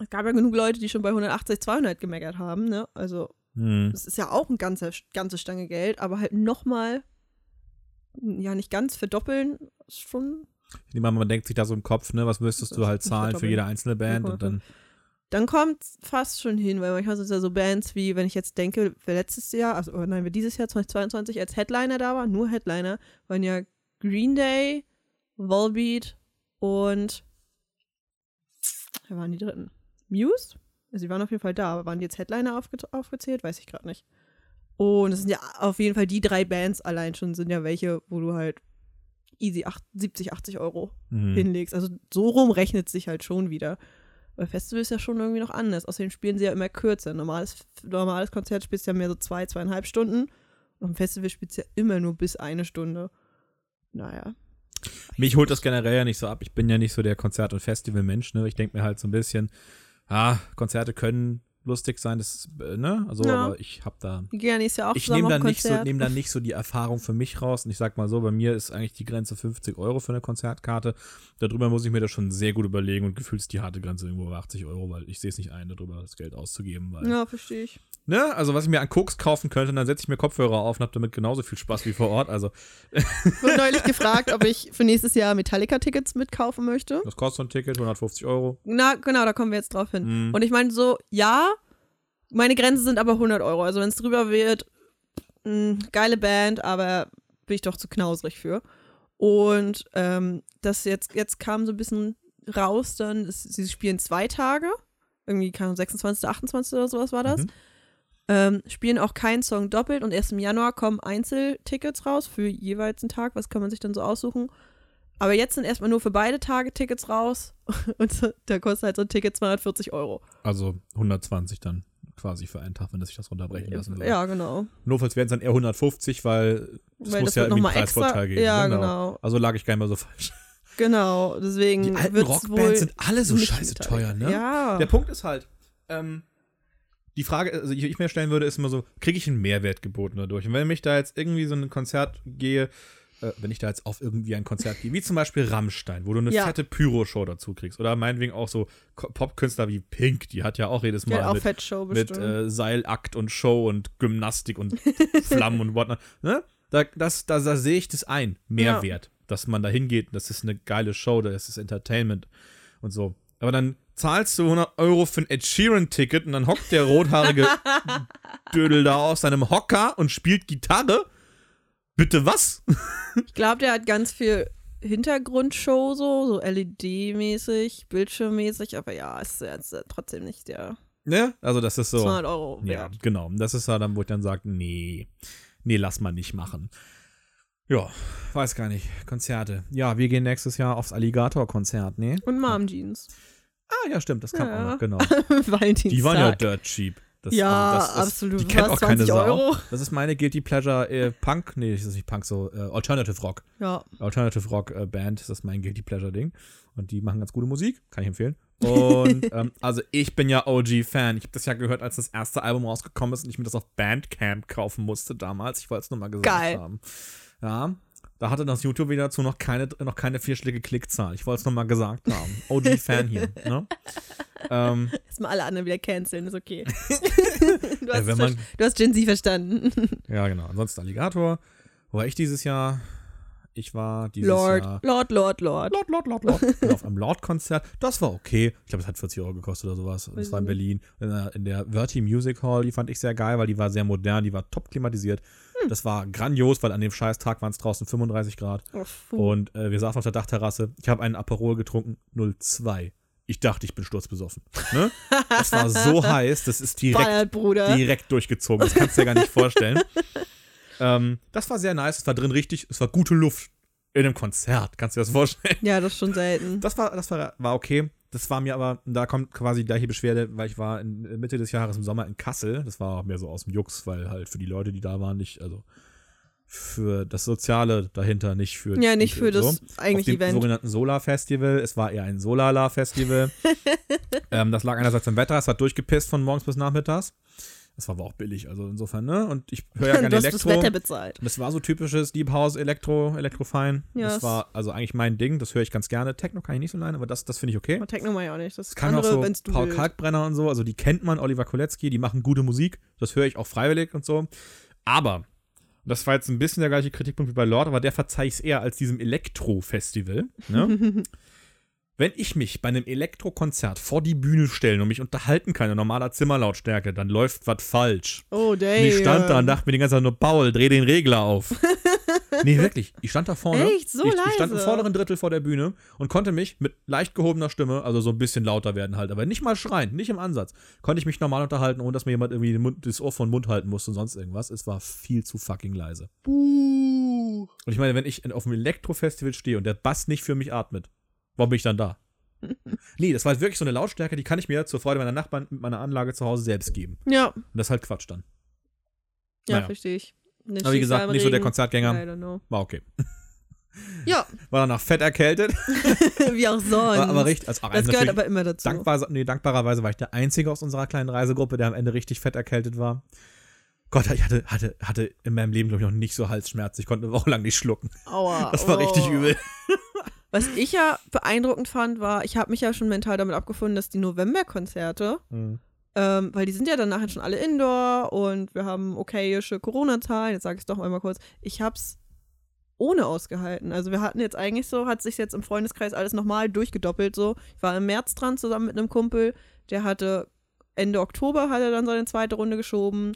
Speaker 2: es gab ja genug Leute, die schon bei 180, 200 gemeckert haben, ne? Also,
Speaker 1: Hm.
Speaker 2: das ist ja auch ein ganzer, ganze Stange Geld, aber halt nochmal, ja, nicht ganz verdoppeln, ist schon
Speaker 1: Ich nehme an, man denkt sich da so im Kopf, ne, was müsstest du halt zahlen für jede einzelne Band und dann
Speaker 2: dann kommt fast schon hin, weil manchmal sind es ja so Bands wie, wenn ich jetzt denke, wer letztes Jahr, also oder nein, wer dieses Jahr 2022 als Headliner da war, nur Headliner, waren ja Green Day, Volbeat und wer waren die dritten? Muse? Also die waren auf jeden Fall da, aber waren die jetzt Headliner aufge aufgezählt? Weiß ich gerade nicht. Und es sind ja auf jeden Fall die drei Bands allein schon, sind ja welche, wo du halt easy acht- 70, 80 Euro
Speaker 1: Mhm.
Speaker 2: hinlegst. Also so rum rechnet sich halt schon wieder. Bei Festivals ist ja schon irgendwie noch anders. Außerdem spielen sie ja immer kürzer. Normales, normales Konzert spielst du ja mehr so zwei, zweieinhalb Stunden. Und im Festival spielst du ja immer nur bis eine Stunde. Naja.
Speaker 1: Mich holt das generell ja nicht so ab. Ich bin ja nicht so der Konzert- und Festivalmensch. Ne? Ich denke mir halt so ein bisschen, ah, Konzerte können lustig sein, das, äh, ne? Also,
Speaker 2: Ja.
Speaker 1: aber ich hab da
Speaker 2: Wir gehen ja nächstes Jahr auch
Speaker 1: ich
Speaker 2: zusammen
Speaker 1: nehme
Speaker 2: auf
Speaker 1: dann nicht so,
Speaker 2: Konzert.
Speaker 1: nehm dann nicht so die Erfahrung für mich raus. Und ich sag mal so, bei mir ist eigentlich die Grenze 50 Euro für eine Konzertkarte. Darüber muss ich mir das schon sehr gut überlegen und gefühlt ist die harte Grenze irgendwo bei 80 Euro, weil ich sehe es nicht ein, darüber das Geld auszugeben. Weil,
Speaker 2: ja, verstehe ich.
Speaker 1: ne? Also was ich mir an Koks kaufen könnte, und dann setze ich mir Kopfhörer auf und habe damit genauso viel Spaß wie vor Ort. Also
Speaker 2: Wurde neulich gefragt, ob ich für nächstes Jahr Metallica-Tickets mitkaufen möchte.
Speaker 1: das kostet so ein Ticket, 150 Euro.
Speaker 2: Na, genau, da kommen wir jetzt drauf hin.
Speaker 1: Mhm.
Speaker 2: Und ich meine so, ja, meine Grenzen sind aber 100 Euro. Also wenn es drüber wird, mh, geile Band, aber bin ich doch zu knausrig für. Und ähm, das jetzt, jetzt kam so ein bisschen raus, dann, ist, sie spielen zwei Tage. Irgendwie, keine Ahnung, 26., 28. oder sowas war das.
Speaker 1: Mhm.
Speaker 2: Ähm, spielen auch keinen Song doppelt und erst im Januar kommen Einzeltickets raus für jeweils einen Tag. Was kann man sich dann so aussuchen? Aber jetzt sind erstmal nur für beide Tage Tickets raus und so, da kostet halt so ein Ticket 240 Euro.
Speaker 1: Also 120 dann quasi für einen Tag, wenn das sich das runterbrechen lassen würde.
Speaker 2: Ja, genau.
Speaker 1: Notfalls wären es dann eher 150, weil das
Speaker 2: Weil
Speaker 1: muss
Speaker 2: das
Speaker 1: ja irgendwie
Speaker 2: wird noch
Speaker 1: einen
Speaker 2: mal extra-
Speaker 1: Preisvorteil geben.
Speaker 2: ja, genau.
Speaker 1: Also lag ich gar nicht mal so falsch.
Speaker 2: Genau, deswegen
Speaker 1: Die alten
Speaker 2: wird's wohl
Speaker 1: Rockbands sind alle so
Speaker 2: nicht
Speaker 1: scheiße
Speaker 2: mit-
Speaker 1: teuer, ne?
Speaker 2: Ja.
Speaker 1: Der Punkt ist halt, ähm, die Frage, also die ich mir stellen würde, ist immer so, kriege ich einen Mehrwert geboten dadurch? Und wenn ich da jetzt irgendwie so in ein Konzert gehe, äh, wenn ich da jetzt auf irgendwie ein Konzert gehe, wie zum Beispiel Rammstein, wo du eine
Speaker 2: Ja.
Speaker 1: fette Pyro-Show dazu kriegst, oder meinetwegen auch so Ko- Popkünstler wie Pink, die hat ja auch jedes
Speaker 2: Die
Speaker 1: Mal
Speaker 2: hat auch
Speaker 1: mit,
Speaker 2: Fettshow
Speaker 1: mit
Speaker 2: bestimmt.
Speaker 1: äh, Seilakt und Show und Gymnastik und Flammen und whatnot. Ne? Da, das, da, da sehe ich das ein. Mehrwert, dass man da hingeht. Das ist eine geile Show, das ist Entertainment und so. Aber dann zahlst du 100 Euro für ein Ed Sheeran-Ticket und dann hockt der rothaarige Dödel da auf seinem Hocker und spielt Gitarre. Bitte was?
Speaker 2: ich glaube, der hat ganz viel Hintergrundshow so, so LED-mäßig, Bildschirmmäßig, aber ja, ist jetzt äh, trotzdem nicht der
Speaker 1: Ne? Also, das ist so.
Speaker 2: 200 Euro
Speaker 1: Ja,
Speaker 2: wert.
Speaker 1: genau. Und Das ist ja dann, wo ich dann sage, nee, nee, lass mal nicht machen. Ja, weiß gar nicht. Konzerte. Ja, wir gehen nächstes Jahr aufs Alligator-Konzert, ne?
Speaker 2: Und Mom Jeans.
Speaker 1: Ah, ja, stimmt, das kam
Speaker 2: Ja.
Speaker 1: auch noch, genau.
Speaker 2: Valentinstag.
Speaker 1: Die waren ja dirt cheap. Das,
Speaker 2: Ja,
Speaker 1: also das ist,
Speaker 2: absolut.
Speaker 1: Die kennt
Speaker 2: Was,
Speaker 1: auch keine
Speaker 2: 20 Euro?
Speaker 1: Sau. Das ist meine Guilty Pleasure äh, Punk, nee, das ist nicht Punk, so äh, Alternative Rock.
Speaker 2: Ja.
Speaker 1: Alternative Rock äh, Band, das ist mein Guilty Pleasure Ding. Und die machen ganz gute Musik, kann ich empfehlen. Und ähm, also ich bin ja OG-Fan. Ich habe das ja gehört, als das erste Album rausgekommen ist und ich mir das auf Bandcamp kaufen musste damals. Ich wollte es nur mal gesagt
Speaker 2: Geil.
Speaker 1: haben. Ja, da hatte das YouTube wieder dazu noch keine, noch keine vierstellige Klickzahl. Ich wollte es nur mal gesagt haben. OG-Fan hier. Ne? Ähm,
Speaker 2: Erstmal alle anderen wieder canceln, ist okay. du, hast
Speaker 1: wenn
Speaker 2: es
Speaker 1: man-
Speaker 2: ver- du hast Gen Z verstanden.
Speaker 1: ja, genau. Ansonsten Alligator. Wo war ich dieses Jahr? Ich war dieses
Speaker 2: Lord,
Speaker 1: Jahr.
Speaker 2: Lord, Lord, Lord.
Speaker 1: Lord, Lord, Lord, Lord. Ich war auf einem Lord-Konzert. Das war okay. Ich glaube, es hat 40 Euro gekostet oder sowas. Und das war in Berlin. In der, in der Verti Music Hall, die fand ich sehr geil, weil die war sehr modern, die war top klimatisiert. Das war grandios, weil an dem scheiß Tag waren es draußen 35 Grad.
Speaker 2: Oh, fu.
Speaker 1: Und äh, wir saßen auf der Dachterrasse. Ich habe einen Aperol getrunken, 02. Ich dachte, ich bin sturzbesoffen. Ne? Das war so heiß, das ist direkt
Speaker 2: Ballert, Bruder.
Speaker 1: direkt durchgezogen. Das kannst du dir gar nicht vorstellen. ähm, das war sehr nice. Es war drin richtig, es war gute Luft in einem Konzert. Kannst du dir das vorstellen?
Speaker 2: Ja, das ist schon selten.
Speaker 1: Das war, das war, war okay. Das war mir aber, da kommt quasi die gleiche Beschwerde, weil ich war in, Mitte des Jahres im Sommer in Kassel. Das war mehr so aus dem Jux, weil halt für die Leute, die da waren, nicht, also für das Soziale dahinter, nicht für
Speaker 2: ja, nicht für
Speaker 1: so
Speaker 2: das eigentliche
Speaker 1: auf dem
Speaker 2: Event.
Speaker 1: sogenannten Solar-Festival. Es war eher ein Solala-Festival. ähm, das lag einerseits am Wetter, es hat durchgepisst von morgens bis nachmittags. Das war aber auch billig, also insofern, ne? Und ich höre ja
Speaker 2: du
Speaker 1: gerne
Speaker 2: hast das
Speaker 1: Elektro.
Speaker 2: Wetter bezahlt.
Speaker 1: Das war so typisches Deep House Elektro, Elektrofein. Das
Speaker 2: Yes.
Speaker 1: war also eigentlich mein Ding, das höre ich ganz gerne. Techno kann ich nicht so leiden, aber das, das finde ich okay.
Speaker 2: Aber Techno mal ja auch nicht. Das
Speaker 1: Es kann
Speaker 2: andere,
Speaker 1: auch
Speaker 2: wenn's
Speaker 1: so
Speaker 2: du
Speaker 1: Paul
Speaker 2: willst.
Speaker 1: Kalkbrenner und so, also die kennt man, Oliver Kolecki, die machen gute Musik, das höre ich auch freiwillig und so. Aber, und das war jetzt ein bisschen der gleiche Kritikpunkt wie bei Lord, aber der verzeih ich es eher als diesem Elektro-Festival. Ne? Wenn ich mich bei einem Elektro-Konzert vor die Bühne stellen und mich unterhalten kann in normaler Zimmerlautstärke, dann läuft was falsch.
Speaker 2: Oh,
Speaker 1: Und
Speaker 2: damn. ähm.
Speaker 1: ne? ich stand da und dachte mir die ganze Zeit nur, Paul, dreh den Regler auf. Nee, wirklich. Ich stand da vorne.
Speaker 2: Echt? So
Speaker 1: ich, Ich stand im
Speaker 2: leise?
Speaker 1: vorderen Drittel vor der Bühne und konnte mich mit leicht gehobener Stimme, also so ein bisschen lauter werden halt, aber nicht mal schreien, nicht im Ansatz, konnte ich mich normal unterhalten, ohne dass mir jemand irgendwie den Mund, das Ohr von Mund halten musste und sonst irgendwas. Es war viel zu fucking leise.
Speaker 2: Buh.
Speaker 1: Und ich meine, wenn ich in- auf dem Elektrofestival stehe und der Bass nicht für mich atmet, warum bin ich dann da? nee, das war halt wirklich so eine Lautstärke, die kann ich mir zur Freude meiner Nachbarn mit meiner Anlage zu Hause selbst geben.
Speaker 2: Ja,
Speaker 1: Und das ist halt Quatsch dann.
Speaker 2: ja,
Speaker 1: Naja.
Speaker 2: verstehe ich. Dann
Speaker 1: Aber wie
Speaker 2: stehst du da
Speaker 1: gesagt,
Speaker 2: im
Speaker 1: nicht so der
Speaker 2: Regen.
Speaker 1: Konzertgänger.
Speaker 2: I don't know.
Speaker 1: War okay.
Speaker 2: Ja,
Speaker 1: War danach fett erkältet.
Speaker 2: wie auch sonst.
Speaker 1: Aber, aber richtig, als auch
Speaker 2: das
Speaker 1: eins
Speaker 2: gehört
Speaker 1: natürlich.
Speaker 2: aber immer dazu.
Speaker 1: Dankbar, nee, dankbarerweise war ich der Einzige aus unserer kleinen Reisegruppe, der am Ende richtig fett erkältet war. Gott, ich hatte, hatte, hatte in meinem Leben, glaube ich, noch nicht so Halsschmerzen. Ich konnte eine Woche lang nicht schlucken.
Speaker 2: Aua.
Speaker 1: Das war
Speaker 2: oh.
Speaker 1: richtig übel.
Speaker 2: Was ich ja beeindruckend fand, war, ich habe mich ja schon mental damit abgefunden, dass die November-Konzerte,
Speaker 1: Hm.
Speaker 2: ähm, weil die sind ja dann nachher schon alle indoor und wir haben okayische Corona-Zahlen. Jetzt sage ich es doch einmal kurz. Ich hab's ohne ausgehalten. Also wir hatten jetzt eigentlich so, hat sich jetzt im Freundeskreis alles nochmal durchgedoppelt so. Ich war im März dran zusammen mit einem Kumpel, der hatte Ende Oktober hat er dann seine zweite Runde geschoben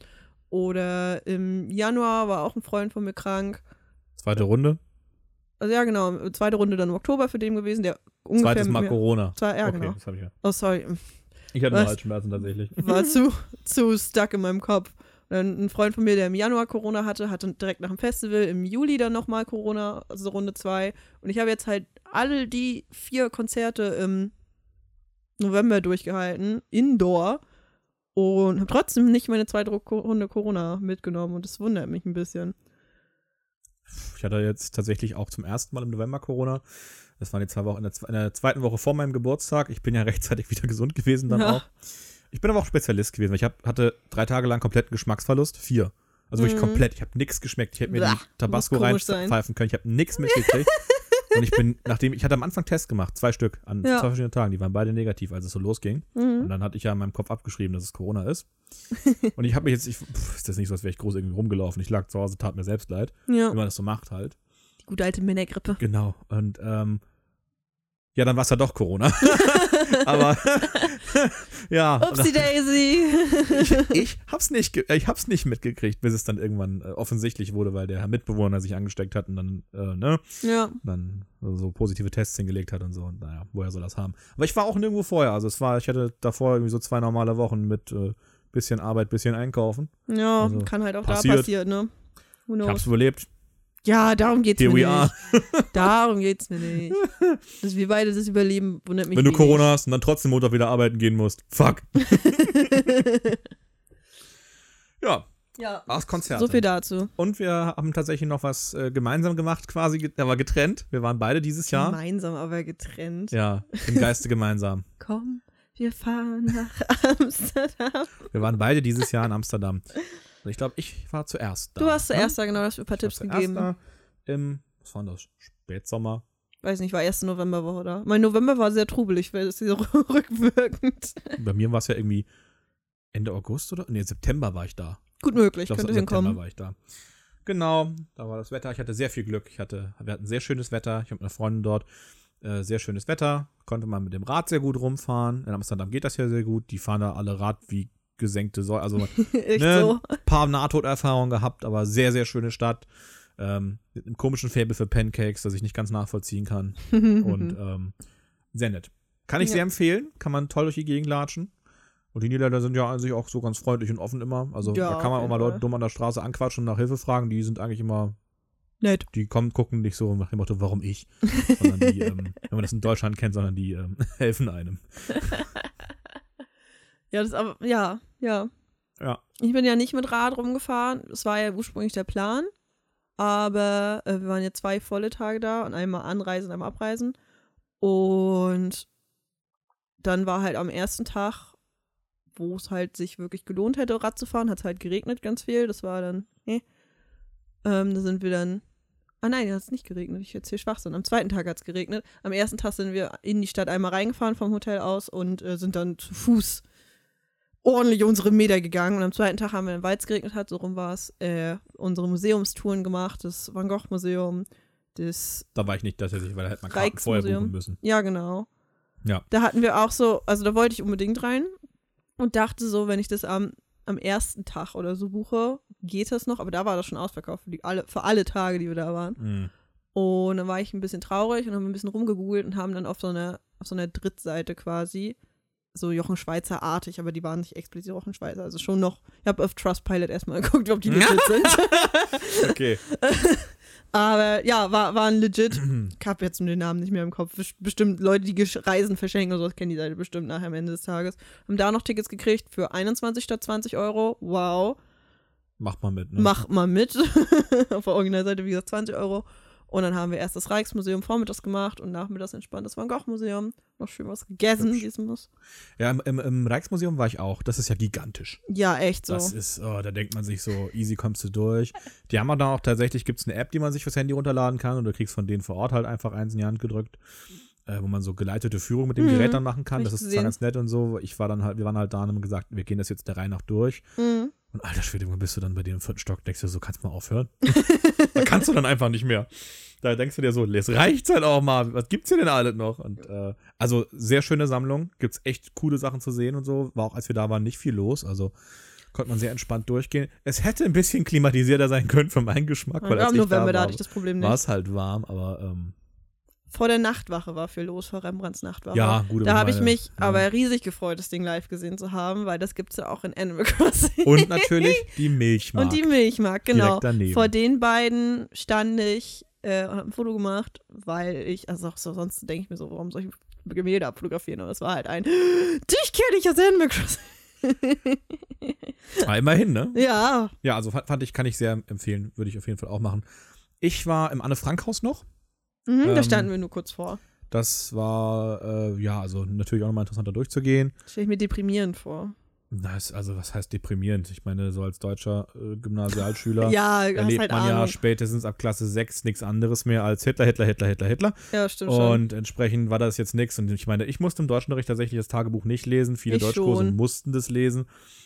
Speaker 2: oder im Januar war auch ein Freund von mir krank.
Speaker 1: Zweite Runde.
Speaker 2: Also ja genau, zweite Runde dann im Oktober für den gewesen, der ungefähr
Speaker 1: Zweites
Speaker 2: mit
Speaker 1: Mal
Speaker 2: mir-
Speaker 1: Corona.
Speaker 2: Zwei, ja,
Speaker 1: okay,
Speaker 2: genau.
Speaker 1: das hab ich ja.
Speaker 2: Oh, sorry.
Speaker 1: Ich hatte nur
Speaker 2: Was?
Speaker 1: Halsschmerzen tatsächlich.
Speaker 2: War zu, zu stuck in meinem Kopf. Und Dann ein Freund von mir, der im Januar Corona hatte, hatte direkt nach dem Festival im Juli dann nochmal Corona, also Runde zwei Und ich habe jetzt halt alle die vier Konzerte im November durchgehalten, indoor. Und habe trotzdem nicht meine zweite Ru- Runde Corona mitgenommen. Und das wundert mich ein bisschen.
Speaker 1: Ich hatte jetzt tatsächlich auch zum ersten Mal im November Corona. Das waren die zwei Wochen, in der, zwe- in der zweiten Woche vor meinem Geburtstag. Ich bin ja rechtzeitig wieder gesund gewesen dann
Speaker 2: Ja.
Speaker 1: auch. Ich bin aber auch Spezialist gewesen. weil Ich hab, hatte drei Tage lang kompletten Geschmacksverlust. Vier. Also wirklich
Speaker 2: Mhm.
Speaker 1: komplett. Ich habe nichts geschmeckt. Ich hätte mir
Speaker 2: Blah,
Speaker 1: die Tabasco
Speaker 2: muss komisch sein.
Speaker 1: reinpfeifen können. Ich habe nichts mitgekriegt. Und ich bin, nachdem, ich hatte am Anfang Tests gemacht, zwei Stück, an
Speaker 2: Ja.
Speaker 1: zwei verschiedenen Tagen. Die waren beide negativ, als es so losging. Und
Speaker 2: Mhm.
Speaker 1: dann hatte ich ja in meinem Kopf abgeschrieben, dass es Corona ist. Und ich habe mich jetzt, ich, pff, ist das nicht so, als wäre ich groß irgendwie rumgelaufen. Ich lag zu Hause, tat mir selbst leid,
Speaker 2: Ja,
Speaker 1: wie man das so macht halt.
Speaker 2: die gute alte Männergrippe.
Speaker 1: Genau. Und ähm, ja, dann war es ja doch Corona. Aber ja, und
Speaker 2: Upsi Daisy.
Speaker 1: dann- ich hab's nicht, ge- äh, ich hab's nicht mitgekriegt, bis es dann irgendwann äh, offensichtlich wurde, weil der Mitbewohner sich angesteckt hat und dann äh, ne,
Speaker 2: ja.
Speaker 1: dann so positive Tests hingelegt hat und so. Und naja, woher soll das haben? Aber ich war auch nirgendwo vorher. Also es war, ich hatte davor irgendwie so zwei normale Wochen mit äh, bisschen Arbeit, bisschen Einkaufen.
Speaker 2: Ja,
Speaker 1: Also,
Speaker 2: kann halt auch
Speaker 1: passiert.
Speaker 2: da passieren, ne? Who
Speaker 1: Ich
Speaker 2: knows?
Speaker 1: hab's überlebt.
Speaker 2: Ja, darum geht's
Speaker 1: Here
Speaker 2: mir
Speaker 1: we are.
Speaker 2: nicht. Darum geht's mir nicht. Dass wir beide das überleben, wundert mich
Speaker 1: Wenn du
Speaker 2: wenig.
Speaker 1: Corona hast und dann trotzdem Montag wieder arbeiten gehen musst. Fuck. ja,
Speaker 2: Ja.
Speaker 1: war's Konzert.
Speaker 2: So viel dazu.
Speaker 1: Und wir haben tatsächlich noch was äh, gemeinsam gemacht, quasi, ge- aber getrennt. Wir waren beide dieses Jahr.
Speaker 2: Gemeinsam, aber getrennt.
Speaker 1: Ja, im Geiste gemeinsam.
Speaker 2: Komm, wir fahren nach Amsterdam.
Speaker 1: Wir waren beide dieses Jahr in Amsterdam. Und ich glaube, ich war zuerst da.
Speaker 2: Du warst
Speaker 1: ne?
Speaker 2: zuerst da, genau, du hast mir ein paar Tipps
Speaker 1: Ich war zuerst
Speaker 2: gegeben.
Speaker 1: Da Im, was war denn das? Spätsommer.
Speaker 2: Weiß nicht, war erste Novemberwoche da. Mein November war sehr trubelig, weil das hier rückwirkend.
Speaker 1: Bei mir war es ja irgendwie Ende August oder? Nee, September war ich da.
Speaker 2: Gut möglich,
Speaker 1: Ich glaube,
Speaker 2: könnte
Speaker 1: September
Speaker 2: hinkommen.
Speaker 1: war ich da. Genau, da war das Wetter. Ich hatte sehr viel Glück. Ich hatte, wir hatten sehr schönes Wetter. Ich habe eine Freundin dort. Äh, sehr schönes Wetter. Konnte man mit dem Rad sehr gut rumfahren. In Amsterdam geht das ja sehr gut. Die fahren da alle Rad wie gesenkte Säule. Also
Speaker 2: Echt
Speaker 1: ne,
Speaker 2: so.
Speaker 1: paar Nahtoderfahrungen gehabt, aber sehr, sehr schöne Stadt. Ähm, mit einem komischen Faible für Pancakes, das ich nicht ganz nachvollziehen kann und ähm, sehr nett. Kann ich
Speaker 2: Ja.
Speaker 1: sehr empfehlen, kann man toll durch die Gegend latschen. Und die Niederländer sind ja an sich auch so ganz freundlich und offen immer. Also
Speaker 2: Ja,
Speaker 1: da kann man
Speaker 2: auf
Speaker 1: auch
Speaker 2: jeden
Speaker 1: mal
Speaker 2: Fall.
Speaker 1: Leute dumm an der Straße anquatschen und nach Hilfe fragen. Die sind eigentlich immer,
Speaker 2: Nett.
Speaker 1: die kommen, gucken nicht so nach dem Motto, warum ich? Sondern die, ähm, wenn man das in Deutschland kennt, sondern die ähm, helfen einem.
Speaker 2: Ja, das aber, ja, ja.
Speaker 1: Ja.
Speaker 2: Ich bin ja nicht mit Rad rumgefahren. Das war ja ursprünglich der Plan. Aber äh, wir waren ja zwei volle Tage da und einmal anreisen, einmal abreisen. Und dann war halt am ersten Tag, wo es halt sich wirklich gelohnt hätte, Rad zu fahren, hat es halt geregnet ganz viel. Das war dann, nee. Ähm, da sind wir dann. Ah nein, hat es nicht geregnet. Ich jetzt hier Schwachsinn. Am zweiten Tag hat es geregnet. Am ersten Tag sind wir in die Stadt einmal reingefahren vom Hotel aus und äh, sind dann zu Fuß ordentlich unsere Meter gegangen. Und am zweiten Tag haben wir, weil es geregnet hat, so rum war es, äh, unsere Museumstouren gemacht. Das Van Gogh Museum, das,
Speaker 1: Da war ich nicht tatsächlich, weil da hätte man Karten vorher
Speaker 2: Rijksmuseum.
Speaker 1: buchen müssen.
Speaker 2: ja genau.
Speaker 1: Ja.
Speaker 2: Da hatten wir auch so, also da wollte ich unbedingt rein und dachte so, wenn ich das am am ersten Tag oder so buche, geht das noch, aber da war das schon ausverkauft für, die, alle, für alle Tage, die wir da waren.
Speaker 1: Mhm.
Speaker 2: Und dann war ich ein bisschen traurig und haben ein bisschen rumgegoogelt und haben dann auf so einer auf so einer Drittseite quasi so Jochen Schweizer artig, aber die waren nicht explizit Jochen Schweizer, also schon noch. Ich habe auf Trustpilot erstmal geguckt, ob die legit sind.
Speaker 1: Okay.
Speaker 2: Aber ja, war, waren legit. Ich habe jetzt nur den Namen nicht mehr im Kopf. Best- Bestimmt Leute, die Gesch- Reisen verschenken oder sowas, kennen die Seite bestimmt nachher am Ende des Tages. Haben da noch Tickets gekriegt für 21 statt 20 Euro. Wow.
Speaker 1: Macht mal mit, ne?
Speaker 2: Macht mal mit. Auf der Originalseite, wie gesagt, 20 Euro. Und dann haben wir erst das Rijksmuseum vormittags gemacht und nachmittags entspannt das Van Gogh-Museum. Noch schön was gegessen,
Speaker 1: Hübsch.
Speaker 2: wie es muss.
Speaker 1: Ja, im, im, im Rijksmuseum war ich auch. Das ist ja gigantisch.
Speaker 2: Ja, echt so.
Speaker 1: Das ist, oh, da denkt man sich so, easy kommst du durch. Die haben dann auch tatsächlich, gibt es eine App, die man sich fürs Handy runterladen kann und du kriegst von denen vor Ort halt einfach eins in die Hand gedrückt, äh, wo man so geleitete Führung mit dem
Speaker 2: Mhm.
Speaker 1: Gerät dann machen kann.
Speaker 2: Hab ich
Speaker 1: Das ist zwar
Speaker 2: gesehen.
Speaker 1: ganz nett und so. Ich war dann halt, wir waren halt da und haben gesagt, wir gehen das jetzt der Reihe nach durch.
Speaker 2: Mhm.
Speaker 1: Und alter Schwede, Junge, bist du dann bei dir im vierten Stock, denkst du so, kannst du mal aufhören? da kannst du dann einfach nicht mehr. Da denkst du dir so, es reicht's halt auch mal. Was gibt's hier denn alles noch? Und äh, also sehr schöne Sammlung, gibt's echt coole Sachen zu sehen und so. War auch, als wir da waren, nicht viel los. Also konnte man sehr entspannt durchgehen. Es hätte ein bisschen klimatisierter sein können für meinen Geschmack, weil
Speaker 2: Im
Speaker 1: als ich
Speaker 2: November, da
Speaker 1: da
Speaker 2: hatte
Speaker 1: war,
Speaker 2: ich das Problem
Speaker 1: war
Speaker 2: nicht.
Speaker 1: es halt warm, aber ähm,
Speaker 2: Vor der Nachtwache war viel los, vor Rembrandts Nachtwache.
Speaker 1: ja, gut. aber
Speaker 2: Da habe ich
Speaker 1: meine- ähm,
Speaker 2: mich
Speaker 1: ja.
Speaker 2: aber riesig gefreut, das Ding live gesehen zu haben, weil das gibt es ja auch in Animal Crossing.
Speaker 1: Und natürlich die Milchmarkt.
Speaker 2: Und die Milchmarkt, genau.
Speaker 1: Direkt daneben.
Speaker 2: Vor den beiden stand ich äh, und habe ein Foto gemacht, weil ich, also auch so, sonst denke ich mir so, warum soll ich Gemälde abfotografieren? Aber es war halt ein, dich kenne ich aus Animal Crossing.
Speaker 1: Ah, immerhin, ne?
Speaker 2: Ja,
Speaker 1: Ja, also fa- fand ich, kann ich sehr empfehlen, würde ich auf jeden Fall auch machen. Ich war im Anne-Frank-Haus noch.
Speaker 2: mhm, da
Speaker 1: Ähm,
Speaker 2: standen wir nur kurz vor.
Speaker 1: Das war, äh, ja, also natürlich auch nochmal interessanter durchzugehen.
Speaker 2: Stelle ich mir deprimierend vor.
Speaker 1: Das, also, was heißt deprimierend? Ich meine, so als deutscher äh, Gymnasialschüler
Speaker 2: ja, du hast
Speaker 1: erlebt
Speaker 2: halt
Speaker 1: man ja
Speaker 2: Ahnung.
Speaker 1: spätestens ab Klasse 6 nichts anderes mehr als Hitler, Hitler, Hitler, Hitler, Hitler.
Speaker 2: Ja, stimmt schon.
Speaker 1: Und entsprechend war das jetzt nichts. Und ich meine, ich musste im Deutschunterricht tatsächlich das Tagebuch nicht lesen. Viele
Speaker 2: Ich
Speaker 1: Deutschkurse
Speaker 2: schon.
Speaker 1: mussten das lesen.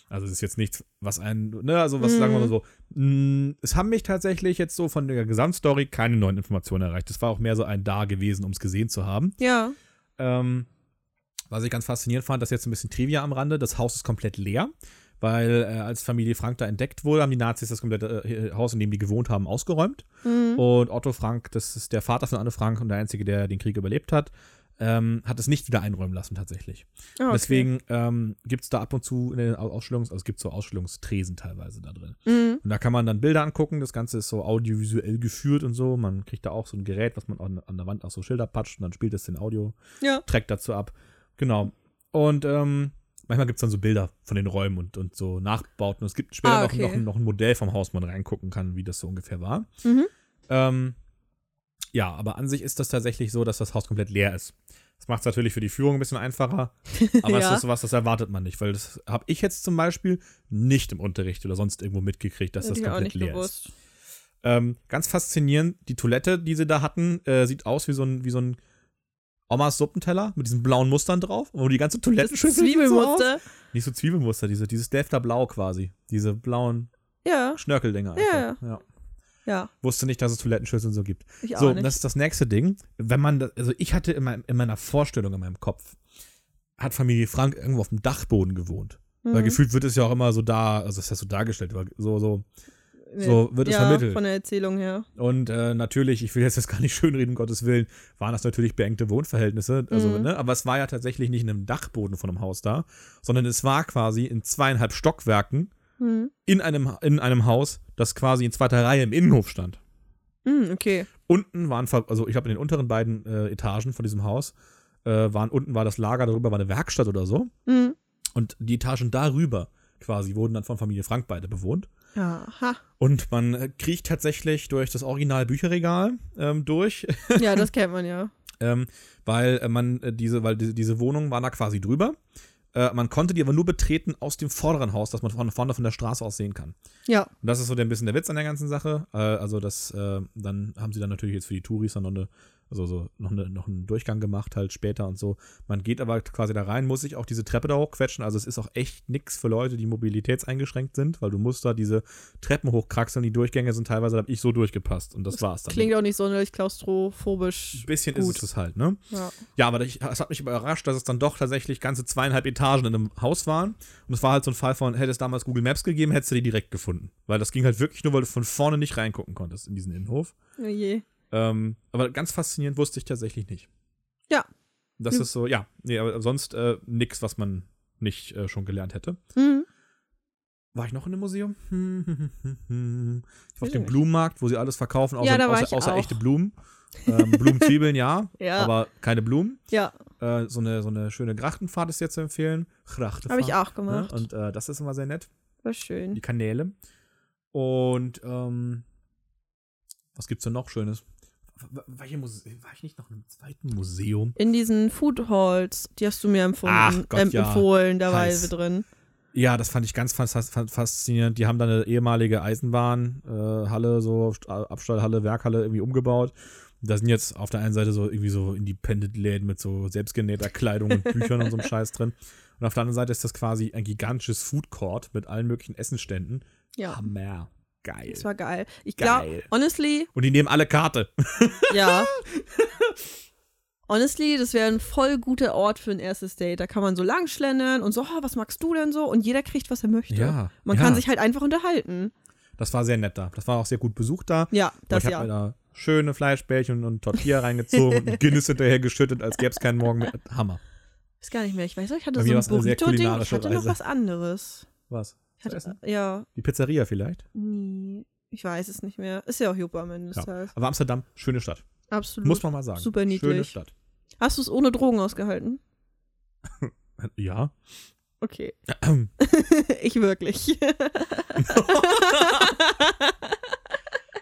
Speaker 1: Also es ist jetzt nichts, was einen, ne, also was
Speaker 2: Mhm.
Speaker 1: sagen wir mal so. Mm, Es haben mich tatsächlich jetzt so von der Gesamtstory keine neuen Informationen erreicht. Es war auch mehr so ein Da gewesen, um es gesehen zu haben.
Speaker 2: Ja,
Speaker 1: Ähm, was ich ganz faszinierend fand, das ist jetzt ein bisschen Trivia am Rande. Das Haus ist komplett leer, weil äh, als Familie Frank da entdeckt wurde, haben die Nazis das komplette äh, Haus, in dem die gewohnt haben, ausgeräumt.
Speaker 2: mhm.
Speaker 1: Und Otto Frank, das ist der Vater von Anne Frank und der Einzige, der den Krieg überlebt hat, ähm, hat es nicht wieder einräumen lassen tatsächlich.
Speaker 2: Ah, okay.
Speaker 1: Deswegen ähm, gibt es da ab und zu in den Au- Ausstellungs-, also es gibt so Ausstellungstresen teilweise da drin.
Speaker 2: Mhm.
Speaker 1: Und da kann man dann Bilder angucken, das Ganze ist so audiovisuell geführt und so. Man kriegt da auch so ein Gerät, was man an, an der Wand auch so Schilder patscht und dann spielt es den Audio-Track
Speaker 2: Ja,
Speaker 1: dazu ab. Genau. Und ähm, manchmal gibt es dann so Bilder von den Räumen und, und so Nachbauten. Und es gibt später
Speaker 2: Ah,
Speaker 1: noch,
Speaker 2: okay.
Speaker 1: noch, noch ein Modell vom Haus, wo man reingucken kann, wie das so ungefähr war.
Speaker 2: mhm.
Speaker 1: Ähm, ja, aber an sich ist das tatsächlich so, dass das Haus komplett leer ist. Das macht es natürlich für die Führung ein bisschen einfacher, aber
Speaker 2: Ja.
Speaker 1: es ist sowas, das erwartet man nicht, weil das habe ich jetzt zum Beispiel nicht im Unterricht oder sonst irgendwo mitgekriegt, dass
Speaker 2: Hätte
Speaker 1: das
Speaker 2: ich mir auch
Speaker 1: komplett
Speaker 2: nicht
Speaker 1: leer ist.
Speaker 2: gewusst.
Speaker 1: Ähm, ganz faszinierend, die Toilette, die sie da hatten, äh, sieht aus wie so ein, wie so ein Omas Suppenteller mit diesen blauen Mustern drauf, wo die ganze
Speaker 2: Das
Speaker 1: Toilettenschüssel sieht So aus.
Speaker 2: Zwiebelmuster.
Speaker 1: Nicht so Zwiebelmuster, diese, dieses Delfter Blau quasi. Diese blauen
Speaker 2: Ja,
Speaker 1: Schnörkeldinger.
Speaker 2: Ja.
Speaker 1: einfach. ja.
Speaker 2: ja,
Speaker 1: Wusste nicht, dass es Toilettenschüsseln so gibt.
Speaker 2: ich auch
Speaker 1: So,
Speaker 2: nicht.
Speaker 1: das ist das nächste Ding. Wenn man, das- also ich hatte in, meinem, in meiner Vorstellung, in meinem Kopf, hat Familie Frank irgendwo auf dem Dachboden gewohnt. Weil
Speaker 2: Mhm.
Speaker 1: gefühlt wird es ja auch immer so da, also ist das so dargestellt, weil so, so. so wird es
Speaker 2: ja,
Speaker 1: vermittelt.
Speaker 2: von der Erzählung her.
Speaker 1: Und äh, natürlich, ich will jetzt das gar nicht schönreden, um Gottes Willen, waren das natürlich beengte Wohnverhältnisse. Also,
Speaker 2: Mhm.
Speaker 1: ne? Aber es war ja tatsächlich nicht in einem Dachboden von einem Haus da, sondern es war quasi in zweieinhalb Stockwerken
Speaker 2: Mhm.
Speaker 1: in einem, in einem Haus, das quasi in zweiter Reihe im Innenhof stand.
Speaker 2: Mhm, okay.
Speaker 1: Unten waren, ver- also ich habe in den unteren beiden äh, Etagen von diesem Haus, äh, waren unten war das Lager, darüber war eine Werkstatt oder so.
Speaker 2: Mhm.
Speaker 1: Und die Etagen darüber quasi wurden dann von Familie Frank beide bewohnt.
Speaker 2: Aha.
Speaker 1: Und man äh, kriecht tatsächlich durch das Original Bücherregal ähm, durch,
Speaker 2: Ja, das kennt man ja.
Speaker 1: ähm, weil äh, man äh, diese, weil die, diese Wohnung war da quasi drüber. Äh, man konnte die aber nur betreten aus dem vorderen Haus, dass man von vorne von der Straße aus sehen kann.
Speaker 2: Ja.
Speaker 1: Und das ist so der- ein bisschen der Witz an der ganzen Sache. Äh, also, das, äh, dann haben sie dann natürlich jetzt für die Touris dann noch eine also so noch, ne, noch einen Durchgang gemacht halt später und so. Man geht aber quasi da rein, muss sich auch diese Treppe da hochquetschen. Also es ist auch echt nix für Leute, die mobilitätseingeschränkt sind, weil du musst da diese Treppen hochkraxeln. Die Durchgänge sind teilweise, da hab ich so durchgepasst und das, war's dann.
Speaker 2: Klingt auch nicht sonderlich klaustrophobisch.
Speaker 1: ein bisschen
Speaker 2: gut.
Speaker 1: ist es das halt, ne?
Speaker 2: Ja.
Speaker 1: Ja, aber ich, es hat mich überrascht, dass es dann doch tatsächlich ganze zweieinhalb Etagen in einem Haus waren. Und es war halt so ein Fall von, hätte es damals Google Maps gegeben, hättest du die direkt gefunden. Weil das ging halt wirklich nur, weil du von vorne nicht reingucken konntest in diesen Innenhof.
Speaker 2: Oh je.
Speaker 1: Ähm, aber ganz faszinierend wusste ich tatsächlich nicht.
Speaker 2: Ja. Hm.
Speaker 1: Das
Speaker 2: Ja.
Speaker 1: ist so, ja, nee, aber sonst äh, nix, was man nicht äh, schon gelernt hätte.
Speaker 2: Mhm.
Speaker 1: War ich noch in einem Museum? Hm, hm, hm, hm. Ich war auf
Speaker 2: Weiß
Speaker 1: dem
Speaker 2: nicht.
Speaker 1: Blumenmarkt, wo sie alles verkaufen, außer,
Speaker 2: Ja, da war
Speaker 1: außer,
Speaker 2: ich
Speaker 1: außer
Speaker 2: auch.
Speaker 1: echte Blumen. Ähm, Blumenzwiebeln, ja,
Speaker 2: Ja.
Speaker 1: aber keine Blumen.
Speaker 2: Ja,
Speaker 1: äh, so, eine, so eine schöne Grachtenfahrt ist jetzt zu empfehlen. Grachtefahrt.
Speaker 2: habe ich auch
Speaker 1: Ne?
Speaker 2: gemacht. Mhm.
Speaker 1: Und äh, das ist immer sehr nett.
Speaker 2: War
Speaker 1: Die
Speaker 2: schön.
Speaker 1: Kanäle. Und ähm, was gibt's denn noch Schönes? War, war, ich im Muse war ich nicht noch in einem zweiten Museum?
Speaker 2: In diesen Food Halls, die hast du mir empfunden,
Speaker 1: Ach Gott,
Speaker 2: ähm,
Speaker 1: ja.
Speaker 2: empfohlen, da war
Speaker 1: Heiß.
Speaker 2: wir drin.
Speaker 1: Ja, das fand ich ganz fas- fas- faszinierend. Die haben da eine ehemalige Eisenbahnhalle, äh, Halle, so St- Abstallhalle, Werkhalle irgendwie umgebaut. Da sind jetzt auf der einen Seite so irgendwie so Independent-Läden mit so selbstgenähter Kleidung und Büchern und so einem Scheiß drin. Und auf der anderen Seite ist das quasi ein gigantisches Food Court mit allen möglichen Essensständen.
Speaker 2: Ja,
Speaker 1: Hammer. Ah, Geil.
Speaker 2: das war geil. Ich glaube,
Speaker 1: Geil.
Speaker 2: honestly,
Speaker 1: Und die nehmen alle Karte.
Speaker 2: ja. honestly, das wäre ein voll guter Ort für ein erstes Date. Da kann man so lang schlendern und so, oh, was magst du denn so? Und jeder kriegt, was er möchte.
Speaker 1: Ja,
Speaker 2: Man
Speaker 1: ja.
Speaker 2: kann sich halt einfach unterhalten.
Speaker 1: Das war sehr nett da. Das war auch sehr gut besucht da.
Speaker 2: Ja,
Speaker 1: Aber
Speaker 2: das
Speaker 1: ich habe
Speaker 2: ja.
Speaker 1: mir da schöne Fleischbällchen und Tortilla reingezogen und ein Guinness hinterher geschüttet, als gäbe es keinen Morgen mehr. Hammer.
Speaker 2: Ist gar nicht mehr. Ich weiß noch, ich hatte
Speaker 1: Bei
Speaker 2: so
Speaker 1: mir
Speaker 2: ein
Speaker 1: war's eine sehr
Speaker 2: Burrito-Ding. Ich
Speaker 1: kulinarische
Speaker 2: hatte noch
Speaker 1: Reise.
Speaker 2: was anderes.
Speaker 1: Was?
Speaker 2: Ich
Speaker 1: Zu essen?
Speaker 2: hatte, ja,
Speaker 1: Die Pizzeria vielleicht?
Speaker 2: nie. Ich weiß es nicht mehr. Ist ja auch Juppe am Ende des
Speaker 1: Ja.
Speaker 2: Tages.
Speaker 1: Aber Amsterdam, schöne Stadt.
Speaker 2: Absolut.
Speaker 1: Muss man mal sagen.
Speaker 2: Mhm. Super niedlich.
Speaker 1: Schöne Stadt.
Speaker 2: Hast du es ohne Drogen ausgehalten?
Speaker 1: Ja.
Speaker 2: Okay. ich wirklich.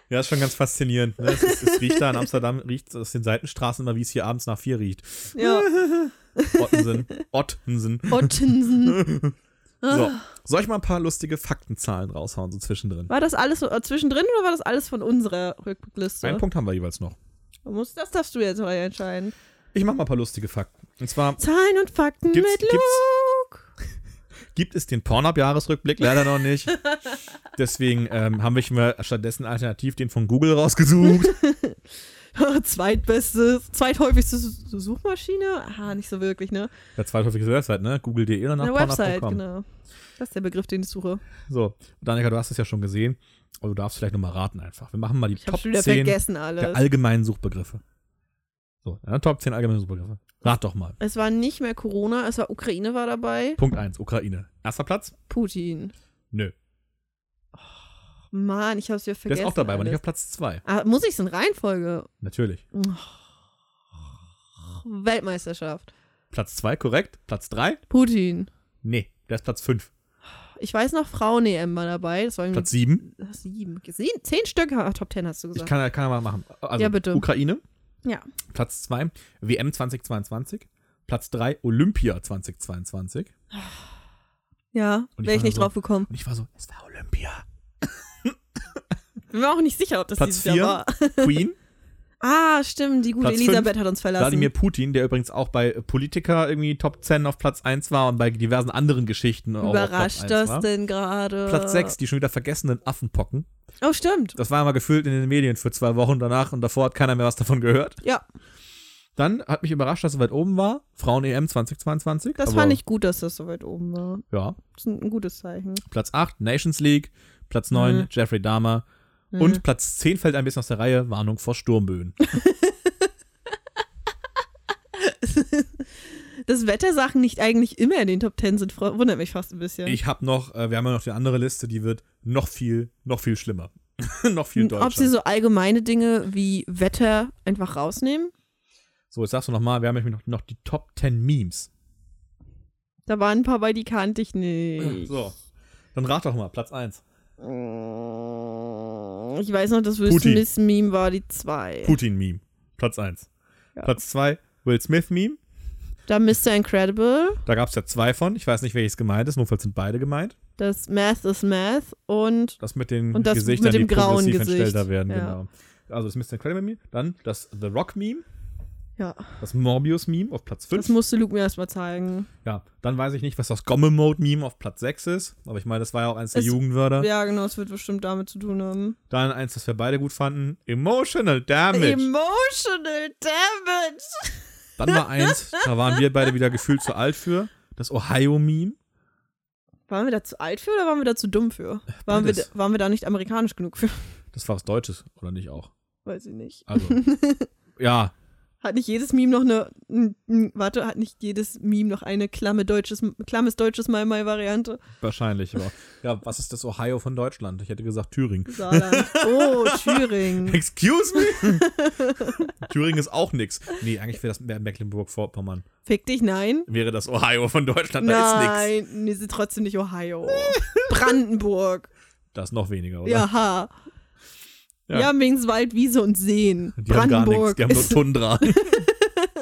Speaker 1: Ja, ist schon ganz faszinierend. Ne? Es, es, es riecht da in Amsterdam, riecht aus den Seitenstraßen immer, wie es hier abends nach vier riecht.
Speaker 2: ja.
Speaker 1: Ottensen. Ottensen.
Speaker 2: Ottensen.
Speaker 1: So.
Speaker 2: Ah.
Speaker 1: Soll ich mal ein paar lustige Faktenzahlen raushauen, so zwischendrin?
Speaker 2: War das alles so, äh, zwischendrin oder war das alles von unserer Rückblickliste?
Speaker 1: Einen Punkt haben wir jeweils noch.
Speaker 2: Muss, das darfst du jetzt mal entscheiden.
Speaker 1: Ich mache mal ein paar lustige Fakten. Und zwar
Speaker 2: Zahlen und Fakten
Speaker 1: Gibt's-
Speaker 2: mit
Speaker 1: gibt's-
Speaker 2: Luke.
Speaker 1: gibt es den Pornhub-Jahresrückblick leider noch nicht. Deswegen ähm, haben wir mir stattdessen alternativ den von Google rausgesucht.
Speaker 2: Zweitbestes, zweithäufigste Su- Suchmaschine? Ah, nicht so wirklich, ne?
Speaker 1: Der zweithäufigste Website, ne? Google.de oder nach
Speaker 2: Eine Website,
Speaker 1: Pornhub.com.
Speaker 2: genau. Das ist der Begriff, den ich suche.
Speaker 1: So, Danika, du hast es ja schon gesehen. Aber du darfst vielleicht nochmal raten einfach. Wir machen mal die
Speaker 2: Ich hab
Speaker 1: Top
Speaker 2: schon wieder
Speaker 1: 10
Speaker 2: vergessen alles.
Speaker 1: der allgemeinen Suchbegriffe. So, ja, Top 10 allgemeine Suchbegriffe. Rat doch mal.
Speaker 2: es war nicht mehr Corona, es war Ukraine war dabei.
Speaker 1: Punkt 1, Ukraine. Erster Platz?
Speaker 2: Putin.
Speaker 1: Nö.
Speaker 2: Mann, ich hab's wieder
Speaker 1: Der
Speaker 2: vergessen.
Speaker 1: ist auch dabei, aber nicht
Speaker 2: alles.
Speaker 1: auf Platz 2.
Speaker 2: Ah, muss ich es in Reihenfolge?
Speaker 1: Natürlich.
Speaker 2: Weltmeisterschaft.
Speaker 1: Platz 2, korrekt. Platz 3?
Speaker 2: Putin.
Speaker 1: Nee, der ist Platz 5.
Speaker 2: Ich weiß noch, Frauen-EM war dabei. Das war irgendwie
Speaker 1: Platz 7?
Speaker 2: Ach, sieben. Sieben- Zehn Stück ah, Top Ten hast du
Speaker 1: Ich
Speaker 2: gesagt.
Speaker 1: kann, kann er mal machen. Also,
Speaker 2: Ja, bitte.
Speaker 1: Ukraine.
Speaker 2: Ja.
Speaker 1: Platz 2, WM 2022. Platz 3, Olympia 2022.
Speaker 2: ja,
Speaker 1: Und ich
Speaker 2: wäre ich
Speaker 1: war
Speaker 2: nicht
Speaker 1: so-
Speaker 2: drauf gekommen.
Speaker 1: Und ich war so, es war Olympia.
Speaker 2: Bin mir auch nicht sicher, ob das
Speaker 1: Platz
Speaker 2: dieses
Speaker 1: vier.
Speaker 2: Jahr war.
Speaker 1: Queen,
Speaker 2: Ah, stimmt. Die gute
Speaker 1: Platz
Speaker 2: Elisabeth
Speaker 1: fünf.
Speaker 2: hat uns verlassen.
Speaker 1: Wladimir Putin, der übrigens auch bei Politiker irgendwie Top 10 auf Platz 1 war und bei diversen anderen Geschichten auch
Speaker 2: Überrascht
Speaker 1: auf Platz 1
Speaker 2: das äh,
Speaker 1: war.
Speaker 2: denn gerade?
Speaker 1: Platz 6, die schon wieder vergessenen Affenpocken.
Speaker 2: Oh, stimmt.
Speaker 1: Das war einmal gefüllt in den Medien für zwei Wochen danach und davor hat keiner mehr was davon gehört.
Speaker 2: Ja,
Speaker 1: Dann hat mich überrascht, dass er weit oben war. Frauen-EM 2022.
Speaker 2: das
Speaker 1: aber,
Speaker 2: fand ich gut, dass das so weit oben war.
Speaker 1: Ja.
Speaker 2: Das ist ein, ein gutes Zeichen.
Speaker 1: Platz 8, Nations League. Platz 9,
Speaker 2: Mhm.
Speaker 1: Jeffrey Dahmer.
Speaker 2: Mhm.
Speaker 1: Und Platz 10 fällt ein bisschen aus der Reihe. Warnung vor Sturmböen.
Speaker 2: Dass Wettersachen nicht eigentlich immer in den Top Ten sind, fre- wundert mich fast ein bisschen.
Speaker 1: Ich habe noch, äh, wir haben ja noch die andere Liste, die wird noch viel, noch viel schlimmer. noch viel deutscher.
Speaker 2: Ob sie so allgemeine Dinge wie Wetter einfach rausnehmen?
Speaker 1: so, jetzt sagst du nochmal, wir haben nämlich noch, noch die Top 10 Memes.
Speaker 2: Da waren ein paar bei, die kannte ich nicht.
Speaker 1: So. Dann rat doch mal, Platz 1.
Speaker 2: Mm, Ich weiß noch, das Will
Speaker 1: Putin.
Speaker 2: Smith Meme war die 2.
Speaker 1: Putin-Meme. Platz 1.
Speaker 2: Ja.
Speaker 1: Platz 2, Will Smith-Meme.
Speaker 2: Da Mr. Incredible,
Speaker 1: Da gab es ja zwei von. Ich weiß nicht, welches gemeint ist. Notfalls sind beide gemeint.
Speaker 2: das Math is Math und
Speaker 1: Das mit den
Speaker 2: Und das
Speaker 1: Gesichtern,
Speaker 2: mit dem
Speaker 1: die
Speaker 2: grauen
Speaker 1: progressiv
Speaker 2: Gesicht.
Speaker 1: entstellter werden,
Speaker 2: Ja.
Speaker 1: genau. Also das Mr. Incredible Meme, dann das The Rock Meme,
Speaker 2: Ja.
Speaker 1: Das Morbius-Meme auf Platz
Speaker 2: Das
Speaker 1: 5.
Speaker 2: musste Luke mir erstmal zeigen.
Speaker 1: Ja, dann weiß ich nicht, was das Gomme-Mode-Meme auf Platz 6 ist. Aber ich meine, das war ja auch eins der
Speaker 2: Es-
Speaker 1: Jugendwörter.
Speaker 2: Ja, genau, es wird bestimmt damit zu tun haben.
Speaker 1: Dann eins, das wir beide gut fanden. Emotional Damage.
Speaker 2: Emotional Damage.
Speaker 1: dann war eins, da waren wir beide wieder gefühlt zu alt für. Das Ohio-Meme.
Speaker 2: Waren wir da zu alt für oder waren wir da zu dumm für? Waren wir, da,
Speaker 1: beides.
Speaker 2: waren wir da nicht amerikanisch genug für?
Speaker 1: Das war was Deutsches, oder nicht auch?
Speaker 2: Weiß ich nicht.
Speaker 1: Also. ja,
Speaker 2: Hat nicht jedes Meme noch eine. n- n- Warte, hat nicht jedes Meme noch eine klamme deutsches, klammes deutsches Mai Mai Variante?
Speaker 1: wahrscheinlich. Aber. Ja, was ist das Ohio von Deutschland? Ich hätte gesagt Thüringen.
Speaker 2: Saarland. Oh, Thüringen.
Speaker 1: Excuse me? Thüringen ist auch nix. Nee, eigentlich wäre das wär Mecklenburg-Vorpommern.
Speaker 2: Fick dich, nein.
Speaker 1: Wäre das Ohio von Deutschland, da ist nix.
Speaker 2: Nein, nee, sind trotzdem nicht Ohio. Brandenburg.
Speaker 1: Da ist noch weniger, oder?
Speaker 2: Ja,
Speaker 1: Ja.
Speaker 2: ha. Ja. Wir haben wenigstens Wald, Wiese und Seen.
Speaker 1: Die haben gar nichts,
Speaker 2: Brandenburg
Speaker 1: die haben nur
Speaker 2: ist-
Speaker 1: Tundra.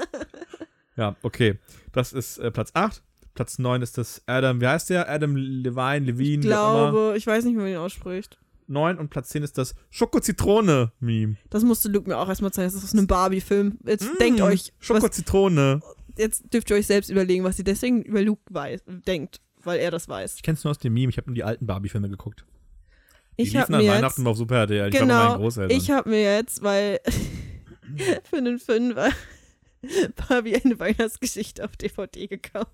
Speaker 1: ja, okay. Das ist äh, Platz 8. Platz 9 ist das Adam, wie heißt der? Adam Levine, Levine, wie auch immer.
Speaker 2: glaube, ich weiß nicht, wie man ihn ausspricht.
Speaker 1: 9 und Platz 10 ist das Schoko-Zitrone-Meme.
Speaker 2: Das musste Luke mir auch erstmal zeigen. Das ist aus einem Barbie-Film. Jetzt denkt
Speaker 1: Mm,
Speaker 2: euch, was,
Speaker 1: Schoko-Zitrone.
Speaker 2: jetzt dürft ihr euch selbst überlegen, was ihr deswegen über Luke weiß, denkt, weil er das weiß.
Speaker 1: Ich kenn's nur aus dem Meme, ich habe nur die alten Barbie-Filme geguckt. Die
Speaker 2: Ich
Speaker 1: liefen
Speaker 2: habe mir
Speaker 1: an
Speaker 2: jetzt,
Speaker 1: Weihnachten auf Super RTL. ich war bei meinen
Speaker 2: genau,
Speaker 1: Großeltern.
Speaker 2: ich habe mir jetzt, weil für einen Fünfer Barbie eine Weihnachtsgeschichte auf DVD gekauft.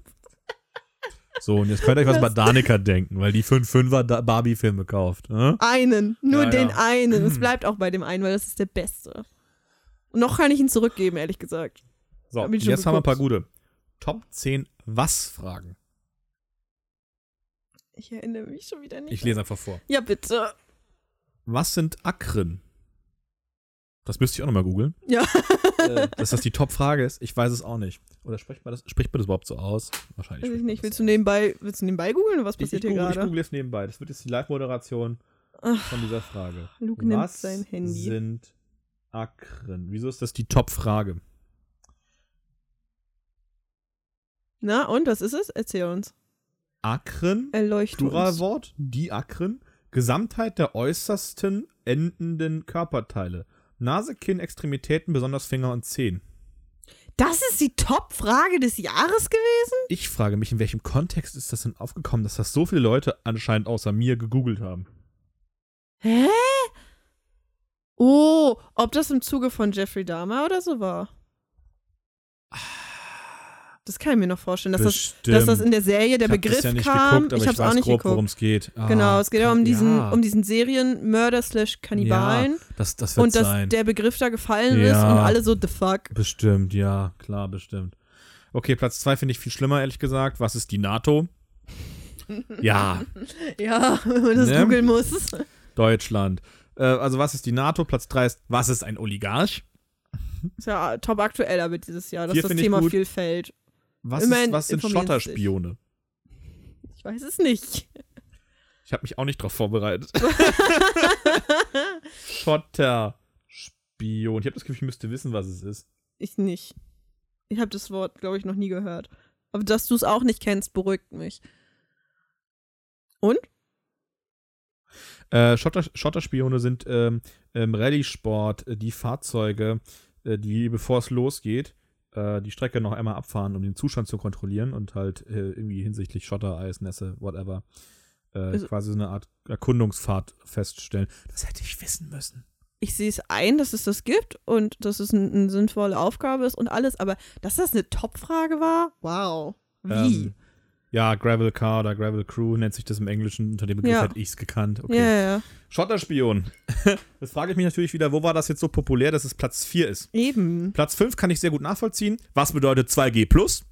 Speaker 1: so, und jetzt könnt ihr euch was
Speaker 2: Das-
Speaker 1: bei Danica denken, weil die 5-5er da- Barbie-Filme kauft. Äh?
Speaker 2: Einen, nur
Speaker 1: Ja,
Speaker 2: den
Speaker 1: ja.
Speaker 2: einen. Es bleibt auch bei dem einen, weil das ist der beste. Und noch kann ich ihn zurückgeben, ehrlich gesagt.
Speaker 1: So,
Speaker 2: Hab
Speaker 1: und
Speaker 2: ich
Speaker 1: jetzt haben
Speaker 2: schon
Speaker 1: wir ein
Speaker 2: geguckt.
Speaker 1: paar gute. Top 10 Was-Fragen.
Speaker 2: Ich erinnere mich schon wieder nicht.
Speaker 1: Ich lese einfach vor.
Speaker 2: ja, bitte.
Speaker 1: Was sind Akren? Das müsste ich auch nochmal googeln.
Speaker 2: Ja.
Speaker 1: Äh, Dass das die Top-Frage ist, ich weiß es auch nicht. Oder spricht man das, spricht man das überhaupt so aus? Wahrscheinlich.
Speaker 2: Weiß ich
Speaker 1: spricht man
Speaker 2: nicht.
Speaker 1: das
Speaker 2: Willst du nebenbei, willst du nebenbei googeln oder was
Speaker 1: Ich, ich,
Speaker 2: passiert hier
Speaker 1: google, ich
Speaker 2: gerade?
Speaker 1: google jetzt nebenbei. Das wird jetzt die Live-Moderation
Speaker 2: Ach,
Speaker 1: von dieser Frage.
Speaker 2: Luke nimmt
Speaker 1: Was
Speaker 2: sein Handy.
Speaker 1: sind Akren? Wieso ist das die Top-Frage?
Speaker 2: Na, und was ist es? Erzähl uns.
Speaker 1: Akren,
Speaker 2: Erleuchte uns.
Speaker 1: Pluralwort, die Akren, Gesamtheit der äußersten endenden Körperteile. Nase, Kinn, Extremitäten, besonders Finger und Zehen.
Speaker 2: Das ist die Top-Frage des Jahres gewesen?
Speaker 1: Ich frage mich, in welchem Kontext ist das denn aufgekommen, dass das so viele Leute anscheinend außer mir gegoogelt haben?
Speaker 2: Hä? Oh, ob das im Zuge von Jeffrey Dahmer oder so war? Das kann ich mir noch vorstellen, dass, das,
Speaker 1: Bestimmt.
Speaker 2: dass das in der Serie der
Speaker 1: ich hab
Speaker 2: Begriff
Speaker 1: das ja nicht
Speaker 2: kam.
Speaker 1: Geguckt, aber
Speaker 2: ich
Speaker 1: ich
Speaker 2: hab's
Speaker 1: weiß
Speaker 2: auch nicht
Speaker 1: grob,
Speaker 2: geguckt.
Speaker 1: worum es geht. Ah,
Speaker 2: genau, es geht ja um diesen,
Speaker 1: ja.
Speaker 2: um diesen Serienmörder slash Kannibalen
Speaker 1: Das, das wird
Speaker 2: und dass
Speaker 1: sein.
Speaker 2: der Begriff da gefallen ist
Speaker 1: Ja.
Speaker 2: und alle so, the fuck.
Speaker 1: Bestimmt, ja, klar, bestimmt. Okay, Platz 2 finde ich viel schlimmer, ehrlich gesagt. Was ist die NATO? ja,
Speaker 2: Ja, wenn man das
Speaker 1: Ne?
Speaker 2: googeln muss.
Speaker 1: Deutschland. Äh, also, was ist die NATO? Platz 3 ist, was ist ein Oligarch?
Speaker 2: Ist ja top aktuell aber dieses Jahr, dass
Speaker 1: Hier
Speaker 2: das
Speaker 1: finde ich
Speaker 2: Thema
Speaker 1: gut.
Speaker 2: viel fällt.
Speaker 1: Was, ist,
Speaker 2: Immerhin
Speaker 1: was sind
Speaker 2: informieren Sie sich.
Speaker 1: Schotterspione?
Speaker 2: Ich weiß es nicht.
Speaker 1: Ich habe mich auch nicht drauf vorbereitet. Schotterspion. Ich habe das Gefühl, ich müsste wissen, was es ist.
Speaker 2: Ich nicht. Ich habe das Wort, glaube ich, noch nie gehört. Aber dass du es auch nicht kennst, beruhigt mich.
Speaker 1: Äh, Schotter, Schotterspione sind ähm, im Rallye-Sport äh, die Fahrzeuge, äh, die, bevor es losgeht, äh, die Strecke noch einmal abfahren, um den Zustand zu kontrollieren und halt äh, irgendwie hinsichtlich Schotter, Eis, Nässe, whatever, äh,
Speaker 2: Also-
Speaker 1: quasi so eine Art Erkundungsfahrt feststellen. Das hätte ich wissen müssen.
Speaker 2: Ich sehe es ein, dass es das gibt und dass es ein- eine sinnvolle Aufgabe ist und alles, aber dass das eine Top-Frage war? Wow. Wie?
Speaker 1: Ähm, ja, Gravel Car oder Gravel Crew nennt sich das im Englischen. Unter dem Begriff
Speaker 2: Ja.
Speaker 1: hätte ich es gekannt. Okay.
Speaker 2: Ja, ja, ja.
Speaker 1: Schotterspion. das frage ich mich natürlich wieder, wo war das jetzt so populär, dass es Platz 4 ist?
Speaker 2: Eben.
Speaker 1: Platz 5 kann ich sehr gut nachvollziehen. Was bedeutet 2G plus?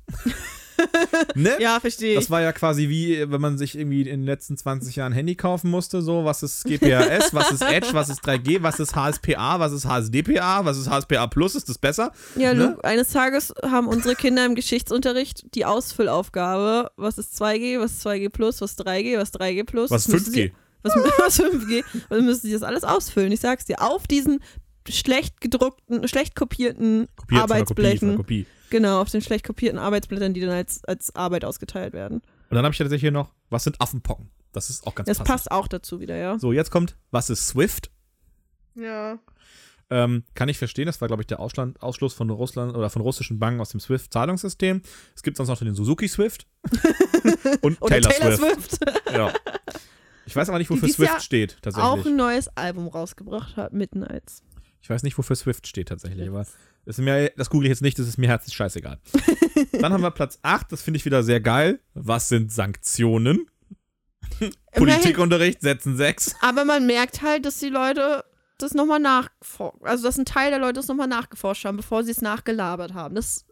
Speaker 1: ne?
Speaker 2: Ja, verstehe
Speaker 1: Das
Speaker 2: ich.
Speaker 1: war ja quasi wie, wenn man sich irgendwie in den letzten 20 Jahren ein Handy kaufen musste, so, was ist GPRS, was ist Edge, was ist 3G, was ist HSPA, was ist HSDPA, was ist HSPA Plus, ist das besser?
Speaker 2: Ja,
Speaker 1: ne?
Speaker 2: Luke, eines Tages haben unsere Kinder im Geschichtsunterricht die Ausfüllaufgabe, was ist 2G, was ist 2G+, plus, was 3G, was 3G+. plus.
Speaker 1: Was ist
Speaker 2: Müssen sie-
Speaker 1: 5G?
Speaker 2: Was, was 5G? Dann müssen sie das alles ausfüllen. Ich sag's dir. Auf diesen schlecht gedruckten, schlecht kopierten
Speaker 1: Kopiert von der Kopie, von
Speaker 2: Arbeitsblättern.
Speaker 1: der Kopie.
Speaker 2: Genau, auf den schlecht kopierten Arbeitsblättern, die dann als, als Arbeit ausgeteilt werden.
Speaker 1: Und dann habe ich tatsächlich hier noch, was sind Affenpocken? Das ist auch ganz
Speaker 2: Das
Speaker 1: passend.
Speaker 2: passt auch dazu wieder, ja.
Speaker 1: So, jetzt kommt, was ist Swift?
Speaker 2: Ja.
Speaker 1: Ähm, kann ich verstehen, das war, glaube ich, der Ausland, Ausschluss von Russland oder von russischen Banken aus dem Swift-Zahlungssystem. Es gibt sonst noch den Suzuki Swift und
Speaker 2: Oder
Speaker 1: Taylor,
Speaker 2: Taylor
Speaker 1: Swift.
Speaker 2: Swift,
Speaker 1: Ja. Ich weiß aber nicht,
Speaker 2: Die
Speaker 1: wofür
Speaker 2: dies
Speaker 1: Swift
Speaker 2: Jahr
Speaker 1: steht,
Speaker 2: auch
Speaker 1: tatsächlich.
Speaker 2: ein neues Album rausgebracht hat, Midnights.
Speaker 1: Ich weiß nicht, wofür Swift steht, tatsächlich. Aber das, ist mir, das google ich jetzt nicht, das ist mir herzlich scheißegal. Dann haben wir Platz 8, das finde ich wieder sehr geil. Was sind Sanktionen?
Speaker 2: Immerhin-
Speaker 1: Politikunterricht, Sätzen 6.
Speaker 2: Aber man merkt halt, dass die Leute das nochmal nachgeforscht, also dass ein Teil der Leute das nochmal nachgeforscht haben, bevor sie es nachgelabert haben. Das,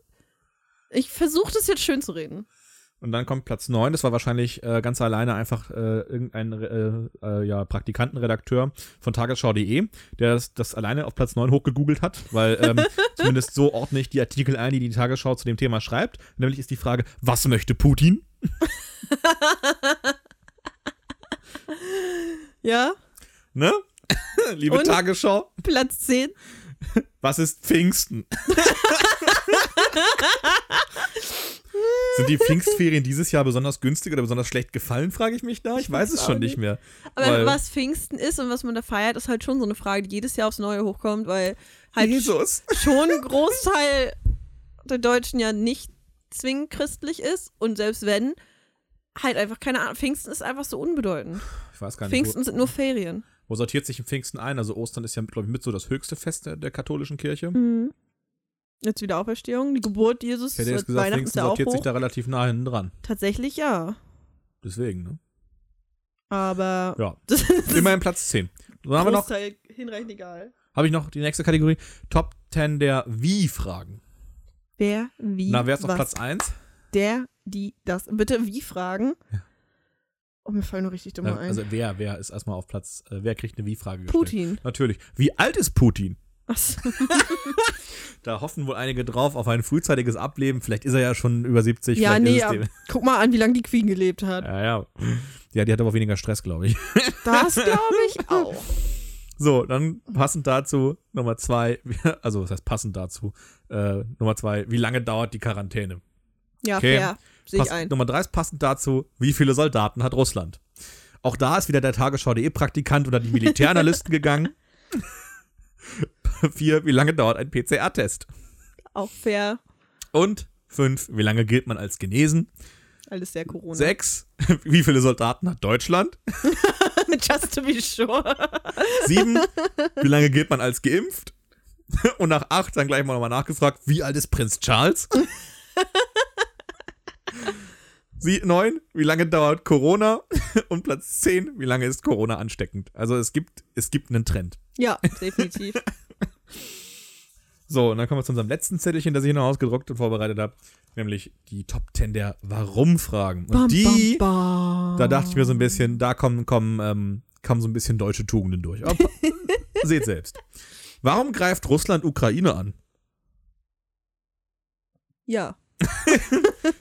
Speaker 2: ich versuche das jetzt schön zu reden.
Speaker 1: Und dann kommt Platz 9, das war wahrscheinlich äh, ganz alleine einfach äh, irgendein äh, äh, ja, Praktikantenredakteur von tagesschau.de, der das, das alleine auf Platz 9 hochgegoogelt hat, weil ähm, zumindest so ordne ich die Artikel ein, die die Tagesschau zu dem Thema schreibt. Nämlich ist die Frage, was möchte Putin?
Speaker 2: Ja?
Speaker 1: Ne? Liebe
Speaker 2: Und?
Speaker 1: Tagesschau,
Speaker 2: Platz 10.
Speaker 1: was ist Pfingsten? Sind die Pfingstferien dieses Jahr besonders günstig oder besonders schlecht gefallen, frage ich mich da. Ich weiß es
Speaker 2: auch
Speaker 1: schon
Speaker 2: nicht.
Speaker 1: nicht mehr.
Speaker 2: Aber
Speaker 1: weil-
Speaker 2: was Pfingsten ist und was man da feiert, ist halt schon so eine Frage, die jedes Jahr aufs Neue hochkommt, weil halt
Speaker 1: Jesus.
Speaker 2: schon ein Großteil der Deutschen ja nicht zwingend christlich ist und selbst wenn, halt einfach keine Ahnung. Pfingsten ist einfach so unbedeutend.
Speaker 1: Ich weiß gar nicht, wo-
Speaker 2: Pfingsten sind nur Ferien.
Speaker 1: Wo sortiert sich im Pfingsten ein? Also Ostern ist ja, glaube ich, mit so das höchste Fest der, der katholischen Kirche.
Speaker 2: Hm, Mhm. Jetzt wieder Auferstehung, die Geburt Jesus,
Speaker 1: Ich hätte
Speaker 2: äh,
Speaker 1: jetzt gesagt,
Speaker 2: Weihnachten ist
Speaker 1: Pfingsten
Speaker 2: ja auch
Speaker 1: sortiert sich
Speaker 2: hoch.
Speaker 1: da relativ nah hinten dran.
Speaker 2: Tatsächlich ja.
Speaker 1: Deswegen, ne?
Speaker 2: Aber
Speaker 1: Ja.
Speaker 2: das ist
Speaker 1: Immerhin Platz 10. Dann haben wir noch,
Speaker 2: Großteil hinreichend egal.
Speaker 1: habe ich noch die nächste Kategorie. Top 10 der Wie-Fragen.
Speaker 2: Wer, wie,
Speaker 1: Na, wer ist
Speaker 2: was,
Speaker 1: auf Platz 1?
Speaker 2: der, die, das. Bitte wie fragen.
Speaker 1: Ja.
Speaker 2: Oh, mir fallen nur richtig dumme ein.
Speaker 1: Also wer, wer ist erstmal auf Platz, äh, wer kriegt eine Wie-Frage gestellt?
Speaker 2: Putin.
Speaker 1: Natürlich. Wie alt ist Putin?
Speaker 2: Achso.
Speaker 1: Da hoffen wohl einige drauf auf ein frühzeitiges Ableben. Vielleicht ist er ja schon über 70.
Speaker 2: Ja,
Speaker 1: vielleicht ist
Speaker 2: nee,
Speaker 1: es
Speaker 2: aber
Speaker 1: dem-
Speaker 2: guck mal an, wie lange die Queen gelebt hat.
Speaker 1: ja, ja. Ja, die hat aber weniger Stress, glaube ich.
Speaker 2: Das glaube ich auch.
Speaker 1: So, dann passend dazu Nummer zwei, also was heißt passend dazu, äh, Nummer zwei, wie lange dauert die Quarantäne?
Speaker 2: Ja,
Speaker 1: Okay.
Speaker 2: fair. Sehe ich
Speaker 1: Pass-
Speaker 2: ein.
Speaker 1: Nummer drei ist passend dazu, wie viele Soldaten hat Russland? Auch da ist wieder der Tagesschau.de-Praktikant unter die Militäranalysten gegangen. Vier, wie lange dauert ein PCR-Test?
Speaker 2: Auch fair.
Speaker 1: Und fünf, wie lange gilt man als genesen?
Speaker 2: Alles sehr Corona.
Speaker 1: Sechs, wie viele Soldaten hat Deutschland?
Speaker 2: Just to be sure.
Speaker 1: Sieben, wie lange gilt man als geimpft? Und nach acht dann gleich mal nochmal nachgefragt, wie alt ist Prinz Charles? Sie, neun, wie lange dauert Corona? Und Platz zehn, wie lange ist Corona ansteckend? Also es gibt, es gibt einen Trend.
Speaker 2: Ja, definitiv.
Speaker 1: So, und dann kommen wir zu unserem letzten Zettelchen, das ich noch ausgedruckt und vorbereitet habe, nämlich die Top 10 der Warum-Fragen. Und
Speaker 2: Bam,
Speaker 1: die,
Speaker 2: bam, bam.
Speaker 1: da dachte ich mir so ein bisschen, da kommen, kommen, ähm, kommen so ein bisschen deutsche Tugenden durch. Aber seht selbst. Warum greift Russland Ukraine an?
Speaker 2: Ja.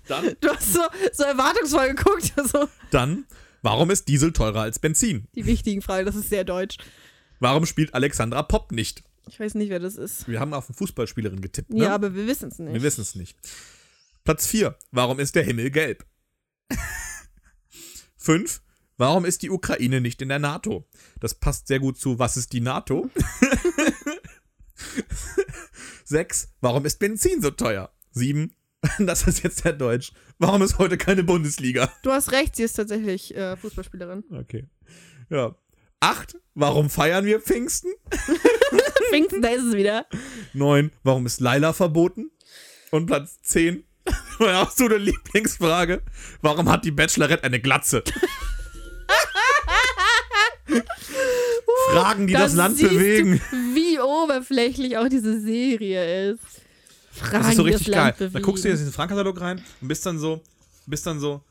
Speaker 1: Dann,
Speaker 2: Du hast so, so erwartungsvoll geguckt. Also,
Speaker 1: dann, warum ist Diesel teurer als Benzin?
Speaker 2: die wichtigen Fragen, das ist sehr deutsch.
Speaker 1: Warum spielt Alexandra Popp nicht?
Speaker 2: Ich weiß nicht, wer das ist.
Speaker 1: Wir haben auf eine Fußballspielerin getippt, ne?
Speaker 2: Ja, aber wir wissen es nicht.
Speaker 1: Wir wissen es nicht. Platz 4. Warum ist der Himmel gelb? 5. Warum ist die Ukraine nicht in der NATO? Das passt sehr gut zu Was ist die NATO? 6. Warum ist Benzin so teuer? 7. Das ist jetzt der Deutsch. Warum ist heute keine Bundesliga?
Speaker 2: du hast recht, sie ist tatsächlich äh, Fußballspielerin.
Speaker 1: Okay. Ja. 8. Warum feiern wir Pfingsten?
Speaker 2: Pfingsten, da ist es wieder.
Speaker 1: 9. Warum ist Laila verboten? Und Platz 10. Meine absolute Lieblingsfrage. Warum hat die Bachelorette eine Glatze? Fragen, die
Speaker 2: Da
Speaker 1: das Land
Speaker 2: siehst du,
Speaker 1: bewegen.
Speaker 2: Wie oberflächlich auch diese Serie ist. Fragen,
Speaker 1: Das ist so
Speaker 2: die
Speaker 1: richtig
Speaker 2: das
Speaker 1: geil.
Speaker 2: Land
Speaker 1: Da
Speaker 2: bewegen.
Speaker 1: guckst du jetzt in den Frankkatalog rein und bist dann so, bist dann so,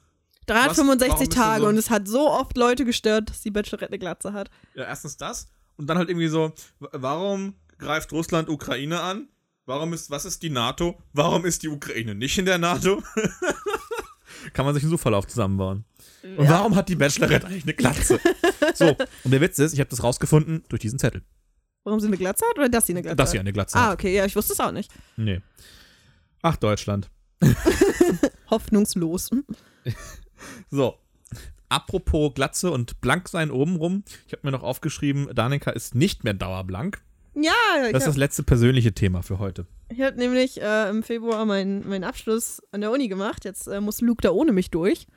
Speaker 2: 365
Speaker 1: warum bist du
Speaker 2: Tage
Speaker 1: so-
Speaker 2: und es hat so oft Leute gestört, dass die Bachelorette eine Glatze hat.
Speaker 1: ja, erstens das und dann halt irgendwie so, w- warum greift Russland Ukraine an? Warum ist, was ist die NATO? Warum ist die Ukraine nicht in der NATO? Kann man sich einen Suchverlauf zusammenbauen. Und warum hat die Bachelorette eigentlich eine Glatze? so, und der Witz ist, ich habe das rausgefunden durch diesen Zettel.
Speaker 2: Warum sie eine Glatze hat oder dass sie eine Glatze
Speaker 1: Dass sie
Speaker 2: hat?
Speaker 1: eine Glatze
Speaker 2: Ah,
Speaker 1: hat.
Speaker 2: okay, ja, ich wusste es auch nicht.
Speaker 1: Nee. Ach, Deutschland.
Speaker 2: Hoffnungslos.
Speaker 1: So. Apropos Glatze und blank sein obenrum. Ich habe mir noch aufgeschrieben, Danica ist nicht mehr dauerblank.
Speaker 2: Ja, ich
Speaker 1: Das ist das
Speaker 2: habe
Speaker 1: letzte persönliche Thema für heute.
Speaker 2: hab nämlich äh, im Februar meinen meinen Abschluss an der Uni gemacht. Jetzt äh, muss Luke da ohne mich durch.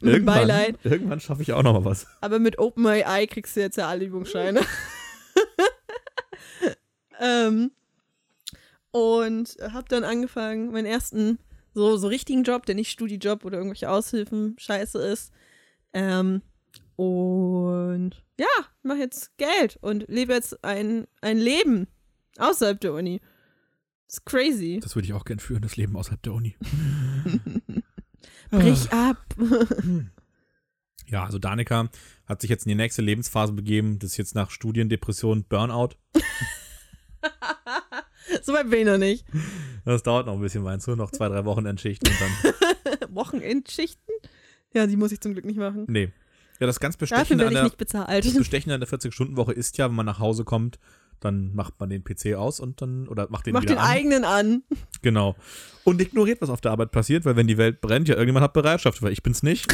Speaker 2: mit Beileid.
Speaker 1: Irgendwann, irgendwann schaffe ich auch noch mal was.
Speaker 2: Aber mit OpenAI kriegst du jetzt ja alle Übungsscheine. ähm, und habe dann angefangen, meinen ersten so, so richtigen Job, der nicht Studijob oder irgendwelche Aushilfen scheiße ist. Ähm, und ja, mach jetzt Geld und lebe jetzt ein, ein Leben außerhalb der Uni. Ist crazy.
Speaker 1: Das würde ich auch gern führen, das Leben außerhalb der Uni.
Speaker 2: Brich
Speaker 1: Ah.
Speaker 2: ab.
Speaker 1: Ja, also Danica hat sich jetzt in die nächste Lebensphase begeben. Das ist jetzt nach Studiendepression Burnout.
Speaker 2: so weit bin ich noch nicht.
Speaker 1: Das dauert noch ein bisschen, meinst du? Noch zwei, drei Wochen Entschichten und dann.
Speaker 2: Wochenendschichten? Ja, die muss ich zum Glück nicht machen.
Speaker 1: Nee. Ja, das ganz
Speaker 2: Dafür
Speaker 1: Bestechende an
Speaker 2: werde ich
Speaker 1: der,
Speaker 2: nicht bezahlt.
Speaker 1: das Bestechende an der 40-Stunden-Woche ist ja, wenn man nach Hause kommt, dann macht man den PC aus und dann, oder macht den
Speaker 2: Mach
Speaker 1: wieder
Speaker 2: den
Speaker 1: an.
Speaker 2: eigenen an.
Speaker 1: Genau. Und ignoriert, was auf der Arbeit passiert, weil wenn die Welt brennt, ja, irgendjemand hat Bereitschaft, weil ich bin's nicht.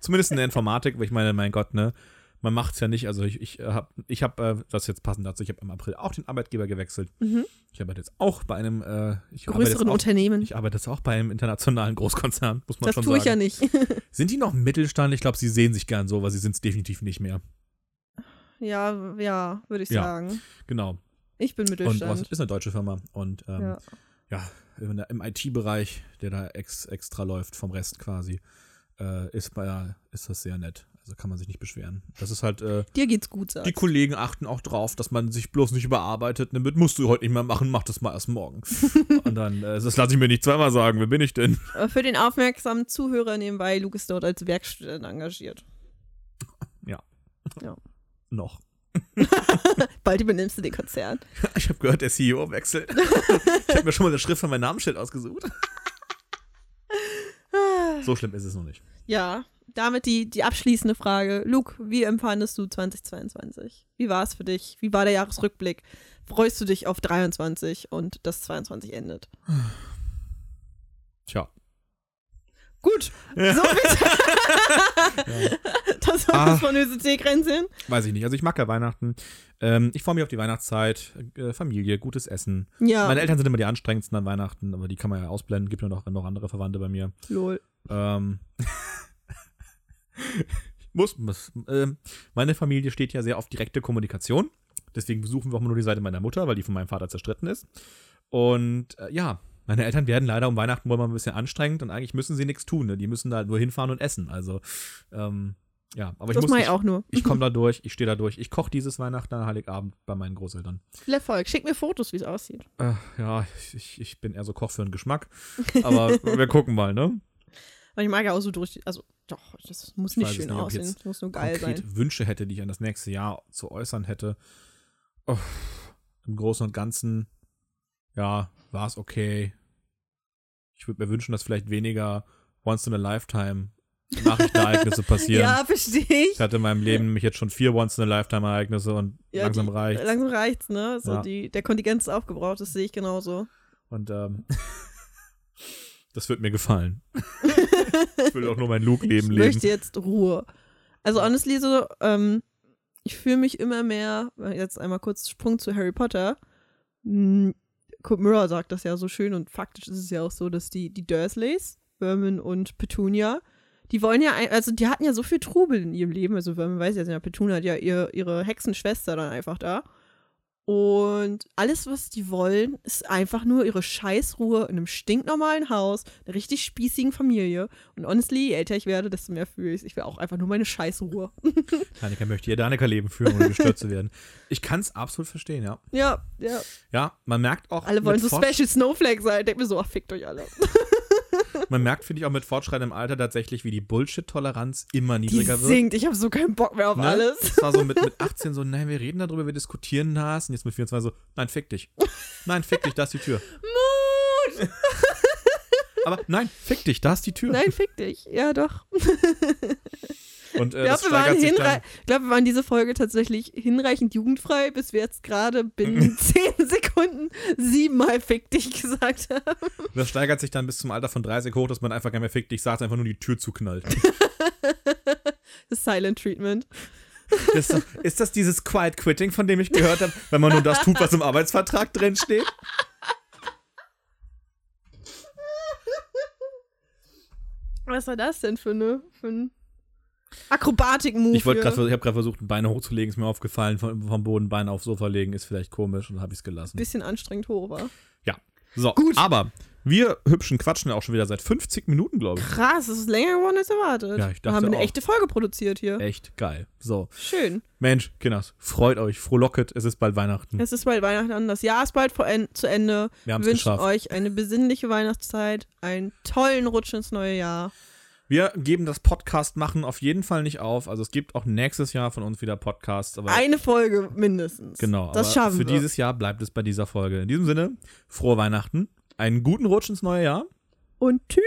Speaker 1: Zumindest in der Informatik, weil ich meine, mein Gott, ne? Man macht's ja nicht. Also ich, ich äh, hab, ich hab, äh, das ist jetzt passend dazu, ich habe im April auch den Arbeitgeber gewechselt.
Speaker 2: Mhm.
Speaker 1: Ich arbeite jetzt auch bei einem, äh, ich arbeite jetzt
Speaker 2: Größeren
Speaker 1: auch,
Speaker 2: Unternehmen.
Speaker 1: Ich arbeite jetzt auch bei einem internationalen Großkonzern, muss man
Speaker 2: das
Speaker 1: schon
Speaker 2: tue ich ja
Speaker 1: sagen.
Speaker 2: nicht.
Speaker 1: Sind die noch im Mittelstand? Ich glaube, sie sehen sich gern so, weil sie sind's definitiv nicht mehr.
Speaker 2: ja, ja, würde ich
Speaker 1: Ja.
Speaker 2: sagen.
Speaker 1: Genau.
Speaker 2: Ich bin
Speaker 1: Und was
Speaker 2: Mittelstand.
Speaker 1: ist eine deutsche Firma. Und ähm,
Speaker 2: ja.
Speaker 1: ja, in der- im IT-Bereich, der da ex, extra läuft vom Rest quasi, äh, ist, bei, ist das sehr nett. Also kann man sich nicht beschweren. Das ist halt, äh,
Speaker 2: Dir geht's gut,
Speaker 1: die
Speaker 2: sag.
Speaker 1: Kollegen achten auch drauf, dass man sich bloß nicht überarbeitet. Ne, mit musst du heute nicht mehr machen, mach das mal erst morgen. Und dann, äh, das lasse ich mir nicht zweimal sagen, wer bin ich denn?
Speaker 2: Aber Für den aufmerksamen Zuhörer nebenbei, Luke ist dort als Werkstudent engagiert.
Speaker 1: Noch.
Speaker 2: Bald übernimmst du den Konzern.
Speaker 1: Ich habe gehört, der CEO wechselt. ich habe mir schon mal das Schrift von meinem Namensschild ausgesucht. So schlimm ist es noch nicht.
Speaker 2: Ja, damit die, die abschließende Frage. Luke, wie empfandest du 2022? Wie war es für dich? Wie war der Jahresrückblick? Freust du dich auf 23 und das 22 endet?
Speaker 1: Tja.
Speaker 2: Gut, so bitte. Das war
Speaker 1: Ah.
Speaker 2: das von ÖCT-Grenzen.
Speaker 1: Weiß ich nicht. Also ich mag ja Weihnachten. Ähm, ich freue mich auf die Weihnachtszeit. Äh, Familie, gutes Essen.
Speaker 2: Ja,
Speaker 1: Meine Eltern sind immer die anstrengendsten an Weihnachten, aber die kann man ja ausblenden. Gibt ja noch, noch andere Verwandte bei mir.
Speaker 2: lol.
Speaker 1: Ähm, ich muss, muss. Ähm, meine Familie steht ja sehr auf direkte Kommunikation. Deswegen besuchen wir auch immer nur die Seite meiner Mutter, weil die von meinem Vater zerstritten ist. Und äh, ja, meine Eltern werden leider um Weihnachten wohl mal ein bisschen anstrengend und eigentlich müssen sie nichts tun. Ne? Die müssen da halt nur hinfahren und essen. Also, ähm, ja, aber ich
Speaker 2: das
Speaker 1: muss.
Speaker 2: mache
Speaker 1: ich
Speaker 2: ich auch nur.
Speaker 1: ich komme da durch, ich stehe da durch. Ich koche dieses Weihnachten an Heiligabend bei meinen Großeltern.
Speaker 2: Viel Erfolg. Schick mir Fotos, wie es aussieht.
Speaker 1: Äh, ja, ich, ich bin eher so Koch für den Geschmack. Aber wir gucken mal, ne?
Speaker 2: Weil ich mag ja auch so durch. Also, doch, das muss nicht
Speaker 1: weiß es
Speaker 2: schön
Speaker 1: nicht, ob
Speaker 2: aussehen.
Speaker 1: jetzt
Speaker 2: Das muss nur geil
Speaker 1: Konkrete
Speaker 2: sein.
Speaker 1: Wünsche hätte, die ich an das nächste Jahr zu äußern hätte. Oh, Im Großen und Ganzen, ja, war es okay. Ich würde mir wünschen, dass vielleicht weniger Once in a Lifetime Nachrichtenereignisse passieren.
Speaker 2: Ja, verstehe ich.
Speaker 1: Ich hatte in meinem Leben nämlich jetzt schon vier Once in a Lifetime Ereignisse und
Speaker 2: Ja,
Speaker 1: langsam
Speaker 2: die-
Speaker 1: reicht.
Speaker 2: Langsam reicht's, ne? So
Speaker 1: Ja.
Speaker 2: die, der Kontingent ist aufgebraucht, das sehe ich genauso.
Speaker 1: Und ähm, das wird mir gefallen. ich will auch nur mein Luke-Leben
Speaker 2: ich
Speaker 1: leben.
Speaker 2: möchte jetzt Ruhe. Also honestly so, ähm, ich fühle mich immer mehr, äh, jetzt einmal kurz Sprung zu Harry Potter. Hm, Kurt Murrow sagt das ja so schön und faktisch ist es ja auch so, dass die, die Dursleys, Vermin und Petunia, die wollen ja, ein- also die hatten ja so viel Trubel in ihrem Leben, also Vermin weiß ja, ja Petunia hat ja ihr, ihre Hexenschwester dann einfach da. Und alles, was die wollen, ist einfach nur ihre Scheißruhe in einem stinknormalen Haus, einer richtig spießigen Familie. Und honestly, je älter ich werde, desto mehr fühle ich Ich will auch einfach nur meine Scheißruhe.
Speaker 1: Danica möchte ihr Danica-Leben führen, ohne gestört zu werden. Ich kann es absolut verstehen, ja.
Speaker 2: Ja, ja.
Speaker 1: Ja, man merkt auch.
Speaker 2: Alle wollen
Speaker 1: mit
Speaker 2: so
Speaker 1: Fort-
Speaker 2: Special Snowflake sein. Denkt mir so, ach, fickt euch alle.
Speaker 1: Man merkt, finde ich, auch mit fortschreitendem Alter tatsächlich, wie die Bullshit-Toleranz immer
Speaker 2: Die
Speaker 1: niedriger wird.
Speaker 2: singt, ich habe so keinen Bock mehr auf
Speaker 1: ne?
Speaker 2: alles.
Speaker 1: Das war so mit, mit 18 so, nein, wir reden darüber, wir diskutieren das. Und jetzt mit 24 so, nein, fick dich. Nein, fick dich, da ist die Tür.
Speaker 2: Mut!
Speaker 1: Aber nein, fick dich, da ist die Tür.
Speaker 2: Nein, fick dich. Ja, doch.
Speaker 1: Und äh,
Speaker 2: Ich
Speaker 1: das
Speaker 2: glaube, wir, waren
Speaker 1: steigert sich dann.
Speaker 2: hinrei- ich glaub, wir waren diese Folge tatsächlich hinreichend jugendfrei, bis wir jetzt gerade binnen 10 Sekunden siebenmal fick dich gesagt haben.
Speaker 1: Das steigert sich dann bis zum Alter von 30 hoch, dass man einfach gar nicht mehr fick dich sagt, einfach nur die Tür zuknallt.
Speaker 2: Das Silent Treatment.
Speaker 1: Das ist, doch, ist das dieses Quiet Quitting, von dem ich gehört habe, wenn man nur das tut, was im Arbeitsvertrag drin steht?
Speaker 2: Was war das denn für, eine, für ein Akrobatik-Move?
Speaker 1: Ich wollte
Speaker 2: hier?
Speaker 1: gerade, ich habe gerade versucht, Beine hochzulegen, ist mir aufgefallen, vom, vom Boden Beine aufs Sofa legen, ist vielleicht komisch und habe ich es gelassen.
Speaker 2: Bisschen anstrengend hoch war.
Speaker 1: Ja. So, aber wir hübschen quatschen ja auch schon wieder seit 50 Minuten, glaube ich.
Speaker 2: Krass, das ist länger geworden als erwartet.
Speaker 1: Ja, ich
Speaker 2: Wir
Speaker 1: dachte
Speaker 2: haben eine
Speaker 1: auch.
Speaker 2: echte Folge produziert hier.
Speaker 1: Echt geil. So.
Speaker 2: Schön.
Speaker 1: Mensch, Kinders, freut euch, frohlocket, es ist bald Weihnachten.
Speaker 2: Es ist bald Weihnachten an. Das Jahr ist bald vor en zu Ende.
Speaker 1: Wir haben's
Speaker 2: wünschen
Speaker 1: geschafft.
Speaker 2: euch eine besinnliche Weihnachtszeit, einen tollen Rutsch ins neue Jahr.
Speaker 1: Wir geben das Podcast machen auf jeden Fall nicht auf. Also es gibt auch nächstes Jahr von uns wieder Podcasts, aber
Speaker 2: Eine Folge mindestens.
Speaker 1: genau,
Speaker 2: Das
Speaker 1: aber
Speaker 2: schaffen
Speaker 1: für
Speaker 2: wir.
Speaker 1: dieses Jahr bleibt es bei dieser Folge. In diesem Sinne, frohe Weihnachten, einen guten Rutsch ins neue Jahr.
Speaker 2: Und tschüss.